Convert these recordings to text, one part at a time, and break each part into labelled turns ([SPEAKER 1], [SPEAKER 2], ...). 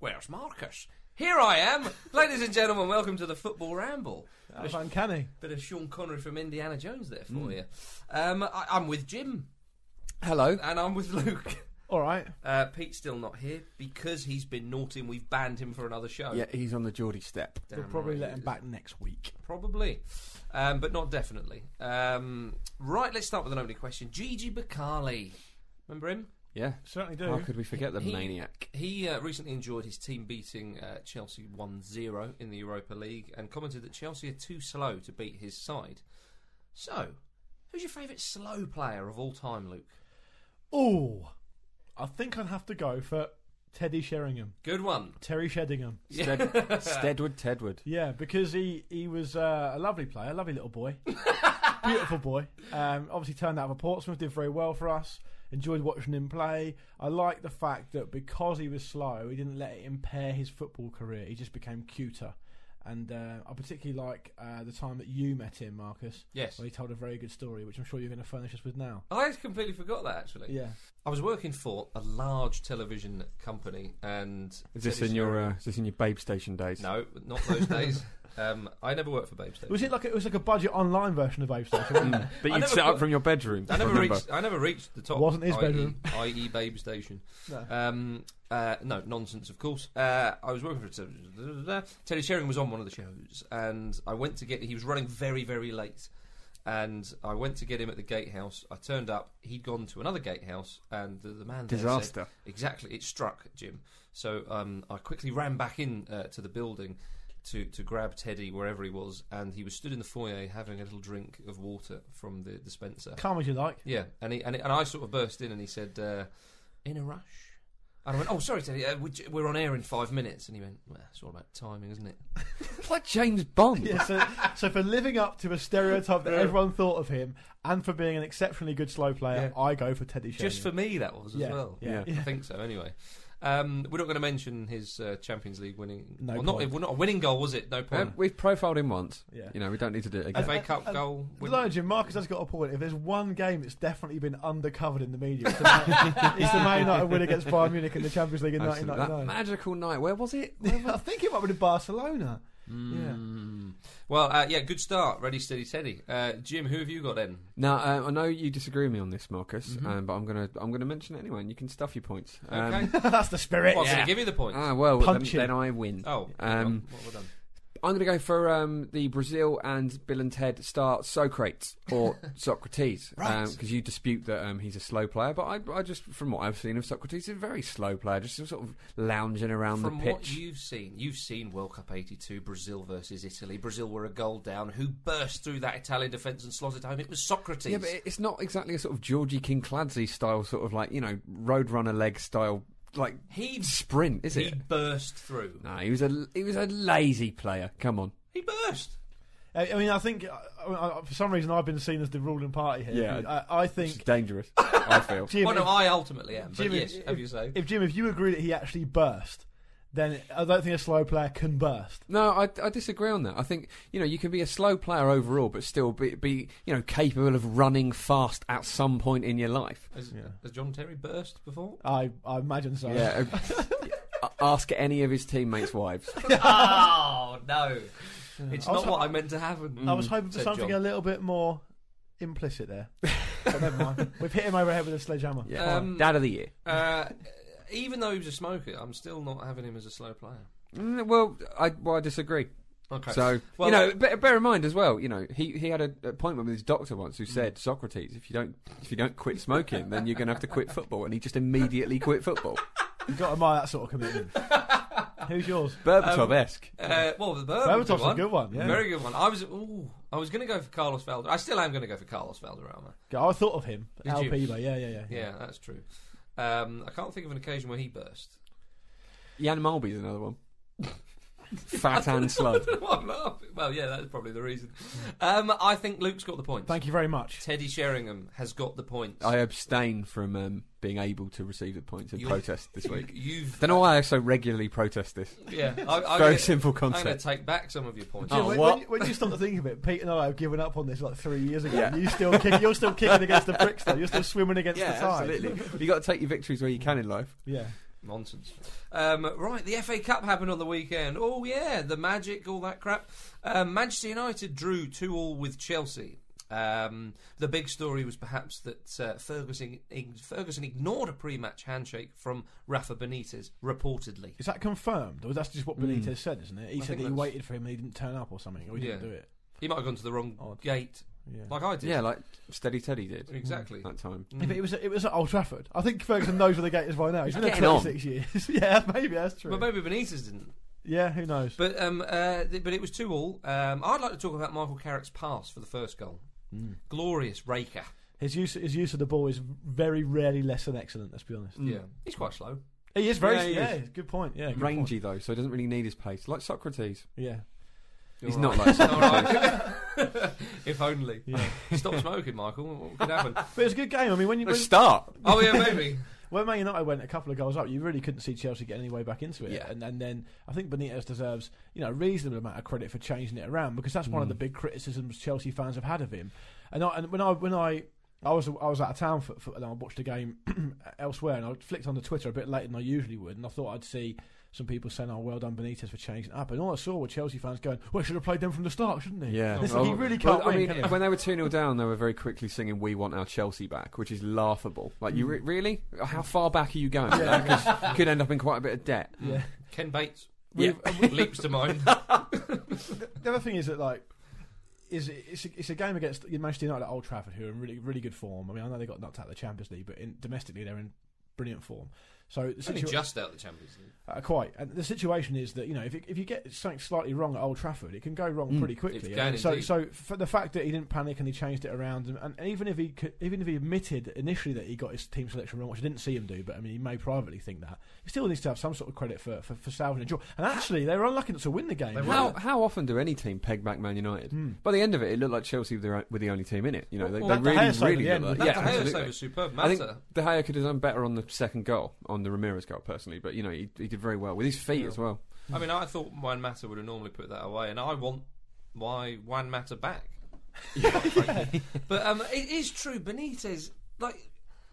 [SPEAKER 1] Where's Marcus? Here I am, ladies and gentlemen. Welcome to the football ramble.
[SPEAKER 2] That's uncanny.
[SPEAKER 1] Bit of Sean Connery from Indiana Jones there for you. Um, I, I'm with Jim. Hello. And I'm with Luke.
[SPEAKER 2] All right.
[SPEAKER 1] Uh, Pete's still not here because he's been naughty and we've banned him for another show.
[SPEAKER 3] Yeah, he's on the Geordie step.
[SPEAKER 2] We'll probably let him back next week.
[SPEAKER 1] Probably. Um, but not definitely. Um, right, let's start with an opening question. Gigi Bacali. Remember him?
[SPEAKER 3] Yeah.
[SPEAKER 2] Certainly do.
[SPEAKER 3] How could we forget the
[SPEAKER 1] He-
[SPEAKER 3] maniac?
[SPEAKER 1] He uh, recently enjoyed his team beating uh, Chelsea 1 0 in the Europa League and commented that Chelsea are too slow to beat his side. So, who's your favourite slow player of all time, Luke?
[SPEAKER 2] Oh, I think I'd have to go for Teddy Sheringham,
[SPEAKER 1] Good one.
[SPEAKER 2] Terry Sheringham.
[SPEAKER 3] Stead, Stedward, Tedward.
[SPEAKER 2] Yeah, because he he was uh, a lovely player, a lovely little boy, beautiful boy. Um, obviously turned out for Portsmouth, did very well for us. Enjoyed watching him play. I like the fact that because he was slow, he didn't let it impair his football career. He just became cuter. And uh, I particularly like uh, the time that you met him, Marcus.
[SPEAKER 1] Yes.
[SPEAKER 2] Where he told a very good story, which I'm sure you're going to furnish us with now.
[SPEAKER 1] I completely forgot that, actually.
[SPEAKER 2] Yeah.
[SPEAKER 1] I was working for a large television company and.
[SPEAKER 3] Is this
[SPEAKER 1] Teddy
[SPEAKER 3] in your
[SPEAKER 1] Sheringham-
[SPEAKER 3] uh, is this in your Babe Station days?
[SPEAKER 1] No, not those days. Um, I never worked for Babe Station.
[SPEAKER 2] Was it like a, it was like a budget online version of Avestation? wasn't it?
[SPEAKER 3] That
[SPEAKER 1] I
[SPEAKER 3] you'd
[SPEAKER 1] never
[SPEAKER 3] set
[SPEAKER 1] put-
[SPEAKER 3] up from your bedroom.
[SPEAKER 1] I never
[SPEAKER 3] remember.
[SPEAKER 1] reached. I never reached the top.
[SPEAKER 2] Wasn't his
[SPEAKER 1] i.e.
[SPEAKER 2] bedroom.
[SPEAKER 1] i.e. e Babe Station.
[SPEAKER 2] No.
[SPEAKER 1] Um, uh, no nonsense, of course. Uh, I was working for Teddy Sheringham was on one of the shows, and I went to get. He was running very, very late, and I went to get him at the gatehouse. I turned up. He'd gone to another gatehouse, and the, the man there said-
[SPEAKER 3] Disaster.
[SPEAKER 1] exactly, it struck Jim. So um, I quickly ran back in uh, to the building. To, to grab Teddy wherever he was, and he was stood in the foyer having a little drink of water from the dispenser.
[SPEAKER 2] Calm as you like.
[SPEAKER 1] Yeah, and he, and, he, and I sort of burst in, and he said, uh, "In a rush." And I went, "Oh, sorry, Teddy. Uh, would you- we're on air in five minutes." And he went, well, "It's all about timing, isn't it?"
[SPEAKER 3] It's like James Bond. Um,
[SPEAKER 2] Yeah, so, so for living up to a stereotype that everyone thought of him, and for being an exceptionally good slow player, I go for Teddy Sheringham.
[SPEAKER 1] Just for me, that was
[SPEAKER 2] Yeah,
[SPEAKER 1] as well.
[SPEAKER 2] yeah,
[SPEAKER 1] I think so. Anyway, um, we're not going to mention his uh, Champions League winning.
[SPEAKER 2] No
[SPEAKER 1] well, not,
[SPEAKER 2] point.
[SPEAKER 1] well, not a winning goal, was it? No
[SPEAKER 3] Um,
[SPEAKER 1] point.
[SPEAKER 3] we've profiled him once.
[SPEAKER 2] Yeah.
[SPEAKER 3] You know, we don't need to do it
[SPEAKER 2] uh,
[SPEAKER 3] again.
[SPEAKER 1] FA Cup goal. win-
[SPEAKER 2] No, Jim, Marcus has got a point. If there's one game that's definitely been undercovered in the media, it's the, Man- it's the Man United win against Bayern Munich in the Champions League in
[SPEAKER 3] Absolutely. That
[SPEAKER 2] 1999.
[SPEAKER 3] magical night. Where was it?
[SPEAKER 2] I think it might have been in Barcelona.
[SPEAKER 1] Mm. Well, uh, yeah, good start. Ready, steady, Teddy. Uh, Jim, who have you got then?
[SPEAKER 3] Now uh, I know you disagree with me on this, Marcus,
[SPEAKER 1] Mm-hmm.
[SPEAKER 3] um, but I'm gonna I'm gonna mention it anyway, and you can stuff your points. Um,
[SPEAKER 1] Okay.
[SPEAKER 2] Yeah. That's the spirit.
[SPEAKER 1] Well, I'm going to give you the point.
[SPEAKER 3] Ah well, then,
[SPEAKER 2] Punch him.
[SPEAKER 3] then I win.
[SPEAKER 1] oh,
[SPEAKER 3] Um,
[SPEAKER 1] well, well done.
[SPEAKER 3] I'm going to go for um, the Brazil and Bill and Ted star Socrates or Socrates,
[SPEAKER 2] Right.
[SPEAKER 3] because you dispute that um, he's a slow player. But I, I just, from what I've seen of Socrates, he's a very slow player, just sort of lounging around
[SPEAKER 1] From
[SPEAKER 3] the pitch.
[SPEAKER 1] what you've seen, you've seen World Cup '82, Brazil versus Italy. Brazil were a goal down. Who burst through that Italian defence and slotted home? It was Socrates.
[SPEAKER 3] yeah, but it- it's not exactly a sort of Georgie Kincladze style, sort of like you know Roadrunner leg style, like
[SPEAKER 1] he
[SPEAKER 3] sprint, is
[SPEAKER 1] he
[SPEAKER 3] it?
[SPEAKER 1] burst through.
[SPEAKER 3] No, he was a he was a lazy player. Come on,
[SPEAKER 1] He burst.
[SPEAKER 2] I I mean, I think I- I, I, for some reason I've been seen as the ruling party here.
[SPEAKER 3] Yeah.
[SPEAKER 2] I, I
[SPEAKER 3] it's
[SPEAKER 2] think
[SPEAKER 3] dangerous. I feel.
[SPEAKER 2] Jim,
[SPEAKER 1] well, no,
[SPEAKER 2] if-
[SPEAKER 1] I ultimately am. But
[SPEAKER 2] Jimmy,
[SPEAKER 1] yes, have you say?
[SPEAKER 2] if Jim, if you agree that he actually burst, then I don't think a slow player can burst.
[SPEAKER 3] No, I, I disagree on that. I think you know you can be a slow player overall, but still be, be you know capable of running fast at some point in your life.
[SPEAKER 1] Has, has John Terry burst before?
[SPEAKER 2] I, I imagine so.
[SPEAKER 3] Yeah. uh, ask any of his teammates' wives.
[SPEAKER 1] oh no, it's
[SPEAKER 2] I was
[SPEAKER 1] not what I meant to happen.
[SPEAKER 2] I was
[SPEAKER 3] um,
[SPEAKER 2] hoping for
[SPEAKER 1] said
[SPEAKER 2] something
[SPEAKER 1] John.
[SPEAKER 2] a little bit more implicit there. but never mind. We've hit him over the head with a sledgehammer.
[SPEAKER 3] Yeah.
[SPEAKER 1] Um,
[SPEAKER 3] Dad of the year.
[SPEAKER 1] Uh, even though he was a smoker, I'm still not having him as a slow player.
[SPEAKER 3] Mm, Well, I well I disagree.
[SPEAKER 1] Okay.
[SPEAKER 3] So
[SPEAKER 1] Well-
[SPEAKER 3] you know, bear, bear in mind as well. You know, he he had an appointment with his doctor once who said, Socrates, if you don't if you don't quit smoking, then you're going to have to quit football, and he just immediately quit football.
[SPEAKER 1] Um,
[SPEAKER 2] You've got to admire that sort of commitment. Who's yours?
[SPEAKER 3] Berbatov esque.
[SPEAKER 1] Uh, well, the Berbatov's
[SPEAKER 2] Berbatov's a good one. Yeah.
[SPEAKER 1] Very good one. I was ooh, I was going to go for Carlos Felder. I still am going to go for Carlos Valderrama.
[SPEAKER 2] I thought of him.
[SPEAKER 1] Did
[SPEAKER 2] Al
[SPEAKER 1] you?
[SPEAKER 2] Pibo. Yeah, yeah, yeah.
[SPEAKER 1] Yeah, that's true. Um, I can't think of an occasion where he burst.
[SPEAKER 3] Jan Mulby's another one. Fat and slud.
[SPEAKER 1] I'm laughing. Well, yeah, that's probably the reason. Um, I think Luke's got the points.
[SPEAKER 2] Thank you very much.
[SPEAKER 1] Teddy Sheringham has got the points.
[SPEAKER 3] I abstain from um, being able to receive the points in
[SPEAKER 1] You-
[SPEAKER 3] protest this week.
[SPEAKER 1] You've
[SPEAKER 3] Don't know why I so regularly protest this.
[SPEAKER 1] yeah. I, I,
[SPEAKER 3] Very
[SPEAKER 1] I'm
[SPEAKER 3] simple
[SPEAKER 1] gonna- I'm going
[SPEAKER 3] concept.
[SPEAKER 1] to take back some of your points.
[SPEAKER 2] Do you know,
[SPEAKER 3] Oh,
[SPEAKER 2] when,
[SPEAKER 3] what?
[SPEAKER 2] When, when you stop to think of it, Pete and I have given up on this like three years ago.
[SPEAKER 3] Yeah.
[SPEAKER 2] and You still kick, you're still kicking against the bricks, though. You're still swimming against the
[SPEAKER 3] Yeah,
[SPEAKER 2] tide.
[SPEAKER 3] absolutely. you got to take your victories where you can in life.
[SPEAKER 2] Yeah.
[SPEAKER 1] Nonsense. Um, right, the FA Cup happened on the weekend. Oh yeah, the magic, all that crap. Um, Manchester United drew two all with Chelsea. Um, the big story was perhaps that uh, Ferguson ig- Ferguson ignored a pre-match handshake from Rafa Benitez, reportedly.
[SPEAKER 2] Is that confirmed? Or that's just what Benitez
[SPEAKER 3] Mm.
[SPEAKER 2] said, isn't it? He
[SPEAKER 1] I think
[SPEAKER 2] said that he
[SPEAKER 1] that's-
[SPEAKER 2] waited for him and he didn't turn up or something, or he
[SPEAKER 1] Yeah.
[SPEAKER 2] didn't do it.
[SPEAKER 1] He might have gone to the wrong
[SPEAKER 2] Odd.
[SPEAKER 1] gate,
[SPEAKER 2] Yeah.
[SPEAKER 1] like I did.
[SPEAKER 3] Yeah, like Steady Teddy did
[SPEAKER 1] exactly. Mm.
[SPEAKER 3] that time.
[SPEAKER 2] Yeah, but it was it was at Old Trafford. I think Ferguson knows where the gate is by now. He's been there
[SPEAKER 3] Getting on.
[SPEAKER 2] 26 years. yeah, maybe that's true.
[SPEAKER 1] But maybe Benitez didn't.
[SPEAKER 2] yeah, who knows?
[SPEAKER 1] But um, uh, th- but it was two all. Um, I'd like to talk about Michael Carrick's pass for the first goal. Glorious raker.
[SPEAKER 2] Mm. His use his use of the ball is very rarely less than excellent. Let's be honest.
[SPEAKER 1] Yeah, he's quite slow.
[SPEAKER 2] He is very
[SPEAKER 3] Mm. Yeah, he
[SPEAKER 2] yeah.
[SPEAKER 3] is.
[SPEAKER 2] Good point. Yeah, good
[SPEAKER 3] Rangy
[SPEAKER 2] point.
[SPEAKER 3] though, so he doesn't really need his pace. Like Socrates,
[SPEAKER 2] Yeah,
[SPEAKER 3] he's
[SPEAKER 1] All
[SPEAKER 3] not
[SPEAKER 1] right.
[SPEAKER 3] like Socrates.
[SPEAKER 1] All right. if only.
[SPEAKER 2] yeah.
[SPEAKER 1] Stop smoking, Michael. What could happen?
[SPEAKER 2] but it was a good game. I mean, when you
[SPEAKER 3] Let's
[SPEAKER 2] when,
[SPEAKER 3] start.
[SPEAKER 1] Oh yeah, maybe.
[SPEAKER 2] when Man United went a couple of goals up, you really couldn't see Chelsea get any way back into it.
[SPEAKER 3] Yeah.
[SPEAKER 2] And, and then I think Benitez deserves you know a reasonable amount of credit for changing it around because that's one of the
[SPEAKER 3] Mm.
[SPEAKER 2] big criticisms Chelsea fans have had of him. And, I, and when I when I I was I was out of town for, for and I watched a game elsewhere and I flicked on the Twitter a bit later than I usually would and I thought I'd see. Some people saying, "Oh, well done, Benitez, for changing it up," and all I saw were Chelsea fans going, "Well, he should have played them from the start, shouldn't he?"
[SPEAKER 3] Yeah,
[SPEAKER 2] Listen,
[SPEAKER 3] Well,
[SPEAKER 2] he really can't
[SPEAKER 3] well,
[SPEAKER 2] win,
[SPEAKER 3] I mean,
[SPEAKER 2] can he?
[SPEAKER 3] when they were two 0 down, they were very quickly singing "We Want Our Chelsea Back," which is laughable. Like, you re- really? How far back are you going? Like, 'cause you could end up in quite a bit of debt.
[SPEAKER 2] Yeah.
[SPEAKER 1] Ken Bates
[SPEAKER 3] Yeah.
[SPEAKER 1] leaps to mind.
[SPEAKER 2] The other thing is that like. Is it's a, it's a game against Manchester United at Old Trafford, who are in really really good form. I mean, I know they got knocked out of the Champions League, but in, domestically they're in brilliant form. So the
[SPEAKER 1] Only
[SPEAKER 2] situation
[SPEAKER 1] just out of the Champions League.
[SPEAKER 2] uh, quite, and the situation is that you know if, it, if you get something slightly wrong at Old Trafford, it can go wrong pretty quickly.
[SPEAKER 1] It can
[SPEAKER 2] And so
[SPEAKER 1] indeed.
[SPEAKER 2] so for the fact that he didn't panic and he changed it around, and, and even if he could, even if he admitted initially that he got his team selection wrong, which I didn't see him do, but I mean he may privately think that, he still needs to have some sort of credit for for, for salvaging a draw. And actually, they were unlucky not to win the game.
[SPEAKER 1] They were.
[SPEAKER 3] How how often do any team peg back Man United? By the end of it, it looked like Chelsea were the, were the only team in it. You know, they,
[SPEAKER 1] Well, that
[SPEAKER 3] they
[SPEAKER 2] De Gea
[SPEAKER 3] really
[SPEAKER 2] side at
[SPEAKER 3] really
[SPEAKER 2] the
[SPEAKER 3] looked
[SPEAKER 2] end
[SPEAKER 3] like.
[SPEAKER 2] was-
[SPEAKER 1] That
[SPEAKER 3] Yeah,
[SPEAKER 1] De Gea
[SPEAKER 3] absolutely.
[SPEAKER 1] save was superb.
[SPEAKER 3] I think
[SPEAKER 1] Matter.
[SPEAKER 3] De Gea could have done better on the second goal, on the Ramirez goal, personally. But you know, he, he did very well with his feet
[SPEAKER 1] Yeah.
[SPEAKER 3] as well.
[SPEAKER 1] I mean, I thought Juan Mata would have normally put that away, and I want why Juan Mata back. Frankly. but um, it is true, Benitez. Like,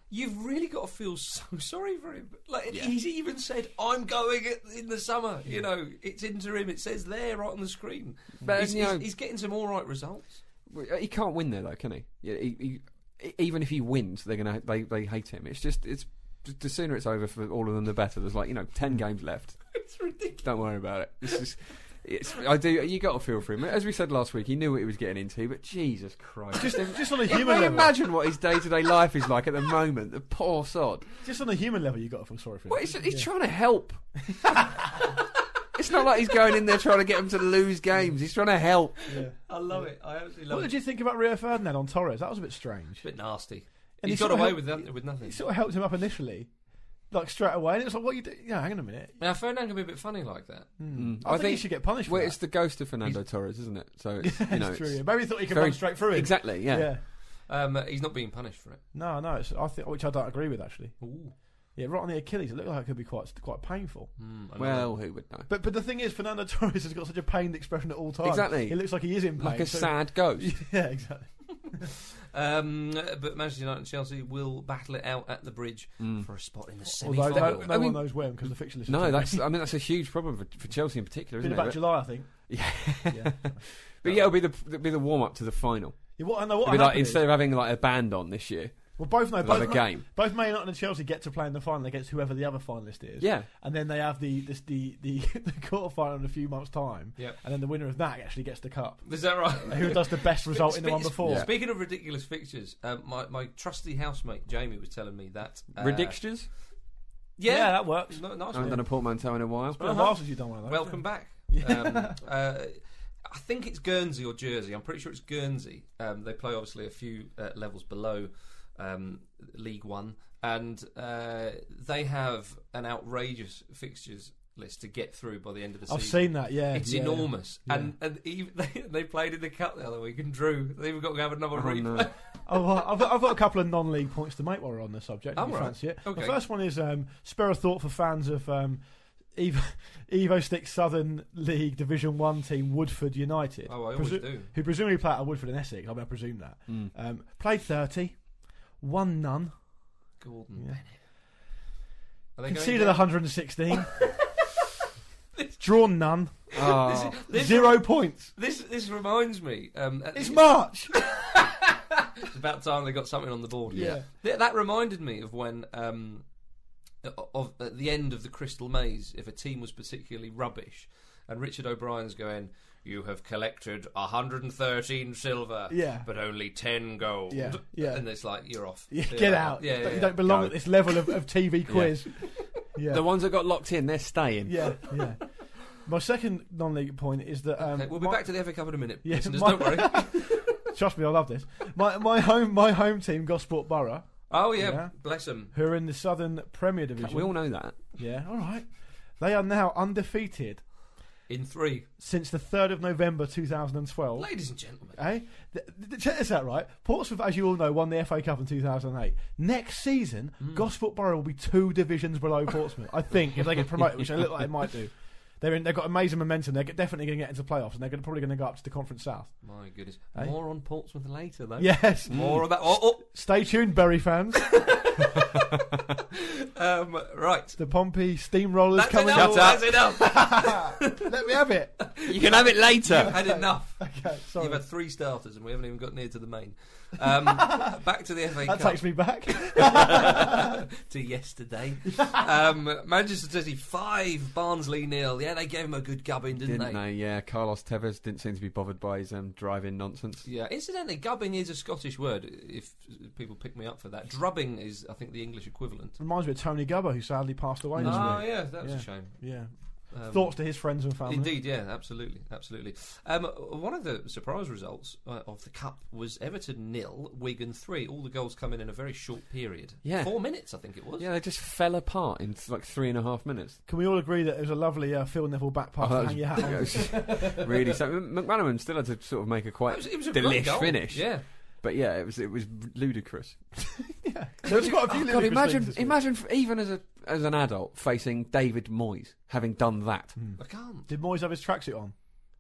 [SPEAKER 1] you've really got to feel so sorry for him. Like, he's even said, "I'm going at- in the summer." You know, it's interim. It says there right on the screen.
[SPEAKER 3] But,
[SPEAKER 1] he's,
[SPEAKER 3] you know-
[SPEAKER 1] he's, he's getting some all right results.
[SPEAKER 3] He can't win there though, can he? Yeah, he, he e, even if he wins, they're gonna they, they hate him. It's just it's the sooner it's over for all of them, the better. There's like you know ten games left.
[SPEAKER 1] It's ridiculous.
[SPEAKER 3] Don't worry about it. This is. It's, I do. You got to feel for him. As we said last week, he knew what he was getting into. But Jesus Christ,
[SPEAKER 2] just, just on a
[SPEAKER 3] Can you
[SPEAKER 2] human level.
[SPEAKER 3] imagine what his day-to-day life is like at the moment? The poor sod.
[SPEAKER 2] Just on a human level, you got to feel sorry for him.
[SPEAKER 3] Well, he's, he's trying to help. it's not like he's going in there trying to get him to lose games. He's trying to help.
[SPEAKER 2] Yeah.
[SPEAKER 1] I love it. I absolutely love
[SPEAKER 2] What
[SPEAKER 1] it.
[SPEAKER 2] did you think about Rio Ferdinand on Torres? That was a bit
[SPEAKER 1] It's
[SPEAKER 2] strange.
[SPEAKER 1] a bit nasty.
[SPEAKER 2] And
[SPEAKER 1] he
[SPEAKER 2] he
[SPEAKER 1] got
[SPEAKER 2] sort of
[SPEAKER 1] away
[SPEAKER 2] helped-
[SPEAKER 1] with that, with nothing.
[SPEAKER 2] It sort of helped him up initially, like straight away, and it was like, "What you do? Yeah, hang on a minute."
[SPEAKER 1] Now Fernand can be a bit funny like that.
[SPEAKER 3] Mm.
[SPEAKER 2] Hmm. I, think, he should get punished. For
[SPEAKER 3] Well,
[SPEAKER 2] that.
[SPEAKER 3] it's the ghost of Fernando Torres, isn't it? So it's, you know,
[SPEAKER 2] It's true.
[SPEAKER 3] it's
[SPEAKER 2] yeah. Maybe he thought he could
[SPEAKER 3] very-
[SPEAKER 2] run straight through him.
[SPEAKER 3] exactly. Yeah.
[SPEAKER 2] Yeah.
[SPEAKER 1] Um, he's not being punished for it.
[SPEAKER 2] No, no. It's, I think which I don't agree with actually.
[SPEAKER 1] Ooh.
[SPEAKER 2] Yeah, right on the Achilles. It looked like it could be quite quite painful.
[SPEAKER 1] Mm, I know
[SPEAKER 3] Well, who would know?
[SPEAKER 2] But but the thing is, Fernando Torres has got such a pained expression at all times.
[SPEAKER 3] Exactly.
[SPEAKER 2] He looks like he is in pain.
[SPEAKER 3] Like a
[SPEAKER 2] so-
[SPEAKER 3] sad ghost.
[SPEAKER 2] Yeah, exactly.
[SPEAKER 1] Um, but Manchester United and Chelsea will battle it out at the bridge
[SPEAKER 3] Hmm.
[SPEAKER 1] for a spot in the semi
[SPEAKER 2] Although no,
[SPEAKER 1] final.
[SPEAKER 2] no
[SPEAKER 3] I
[SPEAKER 2] one
[SPEAKER 3] mean-
[SPEAKER 2] knows where because the fiction list.
[SPEAKER 3] No, that's. I mean, that's a huge problem for, for Chelsea in particular,
[SPEAKER 2] been
[SPEAKER 3] isn't
[SPEAKER 2] about
[SPEAKER 3] it?
[SPEAKER 2] July, I think.
[SPEAKER 3] Yeah.
[SPEAKER 2] Yeah.
[SPEAKER 3] But yeah, it'll be the it'll be the warm up to the final.
[SPEAKER 2] Yeah, what, I know what
[SPEAKER 3] It'll be like
[SPEAKER 2] happened is- Uh,
[SPEAKER 3] instead of having like a band on this year,
[SPEAKER 2] Well, both know
[SPEAKER 3] Like
[SPEAKER 2] both,
[SPEAKER 3] a game.
[SPEAKER 2] both Man United and Chelsea get to play in the final against whoever the other finalist is.
[SPEAKER 3] Yeah.
[SPEAKER 2] and then they have the this, the the, the quarter final in a few months' time.
[SPEAKER 1] Yep.
[SPEAKER 2] and then the winner of that actually gets the cup.
[SPEAKER 1] Is that right?
[SPEAKER 2] And Who does the best result in the
[SPEAKER 1] Spe-
[SPEAKER 2] one
[SPEAKER 1] spe-
[SPEAKER 2] before?
[SPEAKER 1] Speaking of ridiculous fixtures, um, my, my trusty housemate Jamie was telling me that uh,
[SPEAKER 3] Ridiculous.
[SPEAKER 1] Yeah,
[SPEAKER 2] Yeah, that works.
[SPEAKER 1] No, nice
[SPEAKER 3] I haven't
[SPEAKER 1] one.
[SPEAKER 3] done a portmanteau in a while.
[SPEAKER 2] It's been a while since you've done one of those.
[SPEAKER 1] Welcome back. Um, uh, I think it's Guernsey or Jersey. I'm pretty sure it's Guernsey. Um, they play obviously a few uh, levels below um, League One, and uh, they have an outrageous fixtures list to get through by the end of the
[SPEAKER 2] I've
[SPEAKER 1] season.
[SPEAKER 2] seen that. Yeah,
[SPEAKER 1] It's
[SPEAKER 2] yeah.
[SPEAKER 1] enormous,
[SPEAKER 2] Yeah.
[SPEAKER 1] and and even, they, they played in the cup the other week, and Drew they even got to have another
[SPEAKER 3] Oh,
[SPEAKER 1] replay.
[SPEAKER 3] no.
[SPEAKER 2] Oh, well, I've, I've got a couple of non-league points to make while we're on the subject. If
[SPEAKER 1] All
[SPEAKER 2] you
[SPEAKER 1] right.
[SPEAKER 2] fancy it.
[SPEAKER 1] Okay.
[SPEAKER 2] The first one is um, spare a thought for fans of um, Evo, Evo Stick Southern League Division One team Woodford United,
[SPEAKER 1] Oh, I always
[SPEAKER 2] Presu-
[SPEAKER 1] do.
[SPEAKER 2] who presumably play out of Woodford in Essex. I mean, I presume that
[SPEAKER 3] Hmm.
[SPEAKER 2] um, played thirty, one none,
[SPEAKER 1] Gordon
[SPEAKER 2] Yeah.
[SPEAKER 1] Bennett. Are they going
[SPEAKER 2] conceded
[SPEAKER 1] down?
[SPEAKER 2] one hundred and sixteen, drawn none,
[SPEAKER 3] Oh,
[SPEAKER 1] This-
[SPEAKER 2] zero points.
[SPEAKER 1] This this reminds me. Um, at-
[SPEAKER 2] It's March.
[SPEAKER 1] it's about time they got something on the board.
[SPEAKER 2] Yeah.
[SPEAKER 1] Th- that reminded me of when um, o- of at the end of the Crystal Maze, if a team was particularly rubbish, and Richard O'Brien's going, "You have collected 113 silver,
[SPEAKER 2] Yeah.
[SPEAKER 1] but only 10 gold."
[SPEAKER 2] Yeah, yeah.
[SPEAKER 1] And it's like you're off.
[SPEAKER 2] Yeah,
[SPEAKER 1] You're
[SPEAKER 2] get out.
[SPEAKER 1] Yeah, yeah,
[SPEAKER 2] you
[SPEAKER 1] yeah.
[SPEAKER 2] don't belong
[SPEAKER 3] Go.
[SPEAKER 2] at this level of, of TV quiz. Yeah.
[SPEAKER 3] the ones that got locked in, they're staying.
[SPEAKER 2] Yeah, yeah. My second non-league point is that um,
[SPEAKER 1] Okay, we'll be
[SPEAKER 2] my-
[SPEAKER 1] back to the FA Cup in a minute.
[SPEAKER 2] Yeah,
[SPEAKER 1] listeners,
[SPEAKER 2] my-
[SPEAKER 1] don't worry.
[SPEAKER 2] Trust me, I love this. My my home my home team, Gosport Borough,
[SPEAKER 1] Oh yeah,
[SPEAKER 2] Yeah.
[SPEAKER 1] bless them.
[SPEAKER 2] who are in the Southern Premier Division.
[SPEAKER 3] We all know that.
[SPEAKER 2] Yeah, all right. They are now undefeated
[SPEAKER 1] In three,
[SPEAKER 2] since the third of November two thousand and twelve.
[SPEAKER 1] ladies and gentlemen.
[SPEAKER 2] Eh? Th- th- check this out, right? Portsmouth, as you all know, won the FA Cup in 2008. Next season,
[SPEAKER 1] Mm.
[SPEAKER 2] Gosport Borough will be two divisions below Portsmouth, I think, if they get promoted, which they look like they might do. They're in, they've got amazing momentum. They're definitely going to get into playoffs, and they're gonna, probably going to go up to the Conference South.
[SPEAKER 1] My goodness.
[SPEAKER 2] Eh?
[SPEAKER 1] More on Portsmouth later, though.
[SPEAKER 2] Yes.
[SPEAKER 1] More on that. Oh, oh.
[SPEAKER 2] Stay tuned, Berry fans.
[SPEAKER 1] Um, right.
[SPEAKER 2] The Pompey Steamrollers
[SPEAKER 1] That's
[SPEAKER 2] coming
[SPEAKER 1] enough.
[SPEAKER 3] up.
[SPEAKER 1] That's enough.
[SPEAKER 2] Let me have it.
[SPEAKER 3] You can have it later.
[SPEAKER 1] You've had enough.
[SPEAKER 2] Okay, sorry.
[SPEAKER 1] You've had three starters, and we haven't even got near to the main. Um, back to the FA
[SPEAKER 2] That
[SPEAKER 1] Cup.
[SPEAKER 2] takes me back.
[SPEAKER 1] to yesterday. um, Manchester City five, Barnsley nil. Yeah, they gave him a good gubbing, didn't,
[SPEAKER 3] Didn't, they? Yeah, Carlos Tevez didn't seem to be bothered by his um, driving nonsense.
[SPEAKER 1] Yeah. Incidentally, gubbing is a Scottish word. If people pick me up for that, drubbing is, I think, the English equivalent.
[SPEAKER 2] Reminds me of Tony Gubber, who sadly passed away this
[SPEAKER 1] Oh
[SPEAKER 2] week.
[SPEAKER 1] yeah, that's
[SPEAKER 2] Yeah.
[SPEAKER 1] a shame.
[SPEAKER 2] Yeah.
[SPEAKER 1] Um,
[SPEAKER 2] Thoughts to his friends and family.
[SPEAKER 1] Indeed, yeah, absolutely, absolutely. Um, one of the surprise results uh, of the cup was Everton nil, Wigan three. All the goals come in in a very short period.
[SPEAKER 3] Yeah.
[SPEAKER 1] four minutes, I think it was.
[SPEAKER 3] Yeah, they just fell apart in like three and a half minutes.
[SPEAKER 2] Can we all agree that it was a lovely uh, Phil Neville back pass
[SPEAKER 3] Oh,
[SPEAKER 2] to
[SPEAKER 3] that
[SPEAKER 2] hang your hat on?
[SPEAKER 3] was- really, so McManaman still had to sort of make a
[SPEAKER 1] It
[SPEAKER 3] quite
[SPEAKER 1] was, it was a great
[SPEAKER 3] delish
[SPEAKER 1] goal.
[SPEAKER 3] finish.
[SPEAKER 1] Yeah,
[SPEAKER 3] But yeah, it was it was ludicrous.
[SPEAKER 2] There's quite a few
[SPEAKER 3] Oh, God,
[SPEAKER 2] ludicrous
[SPEAKER 3] imagine
[SPEAKER 2] things this week.
[SPEAKER 3] imagine f- even as a as an adult facing David Moyes having done that.
[SPEAKER 1] I can't.
[SPEAKER 2] Did Moyes have his tracksuit on?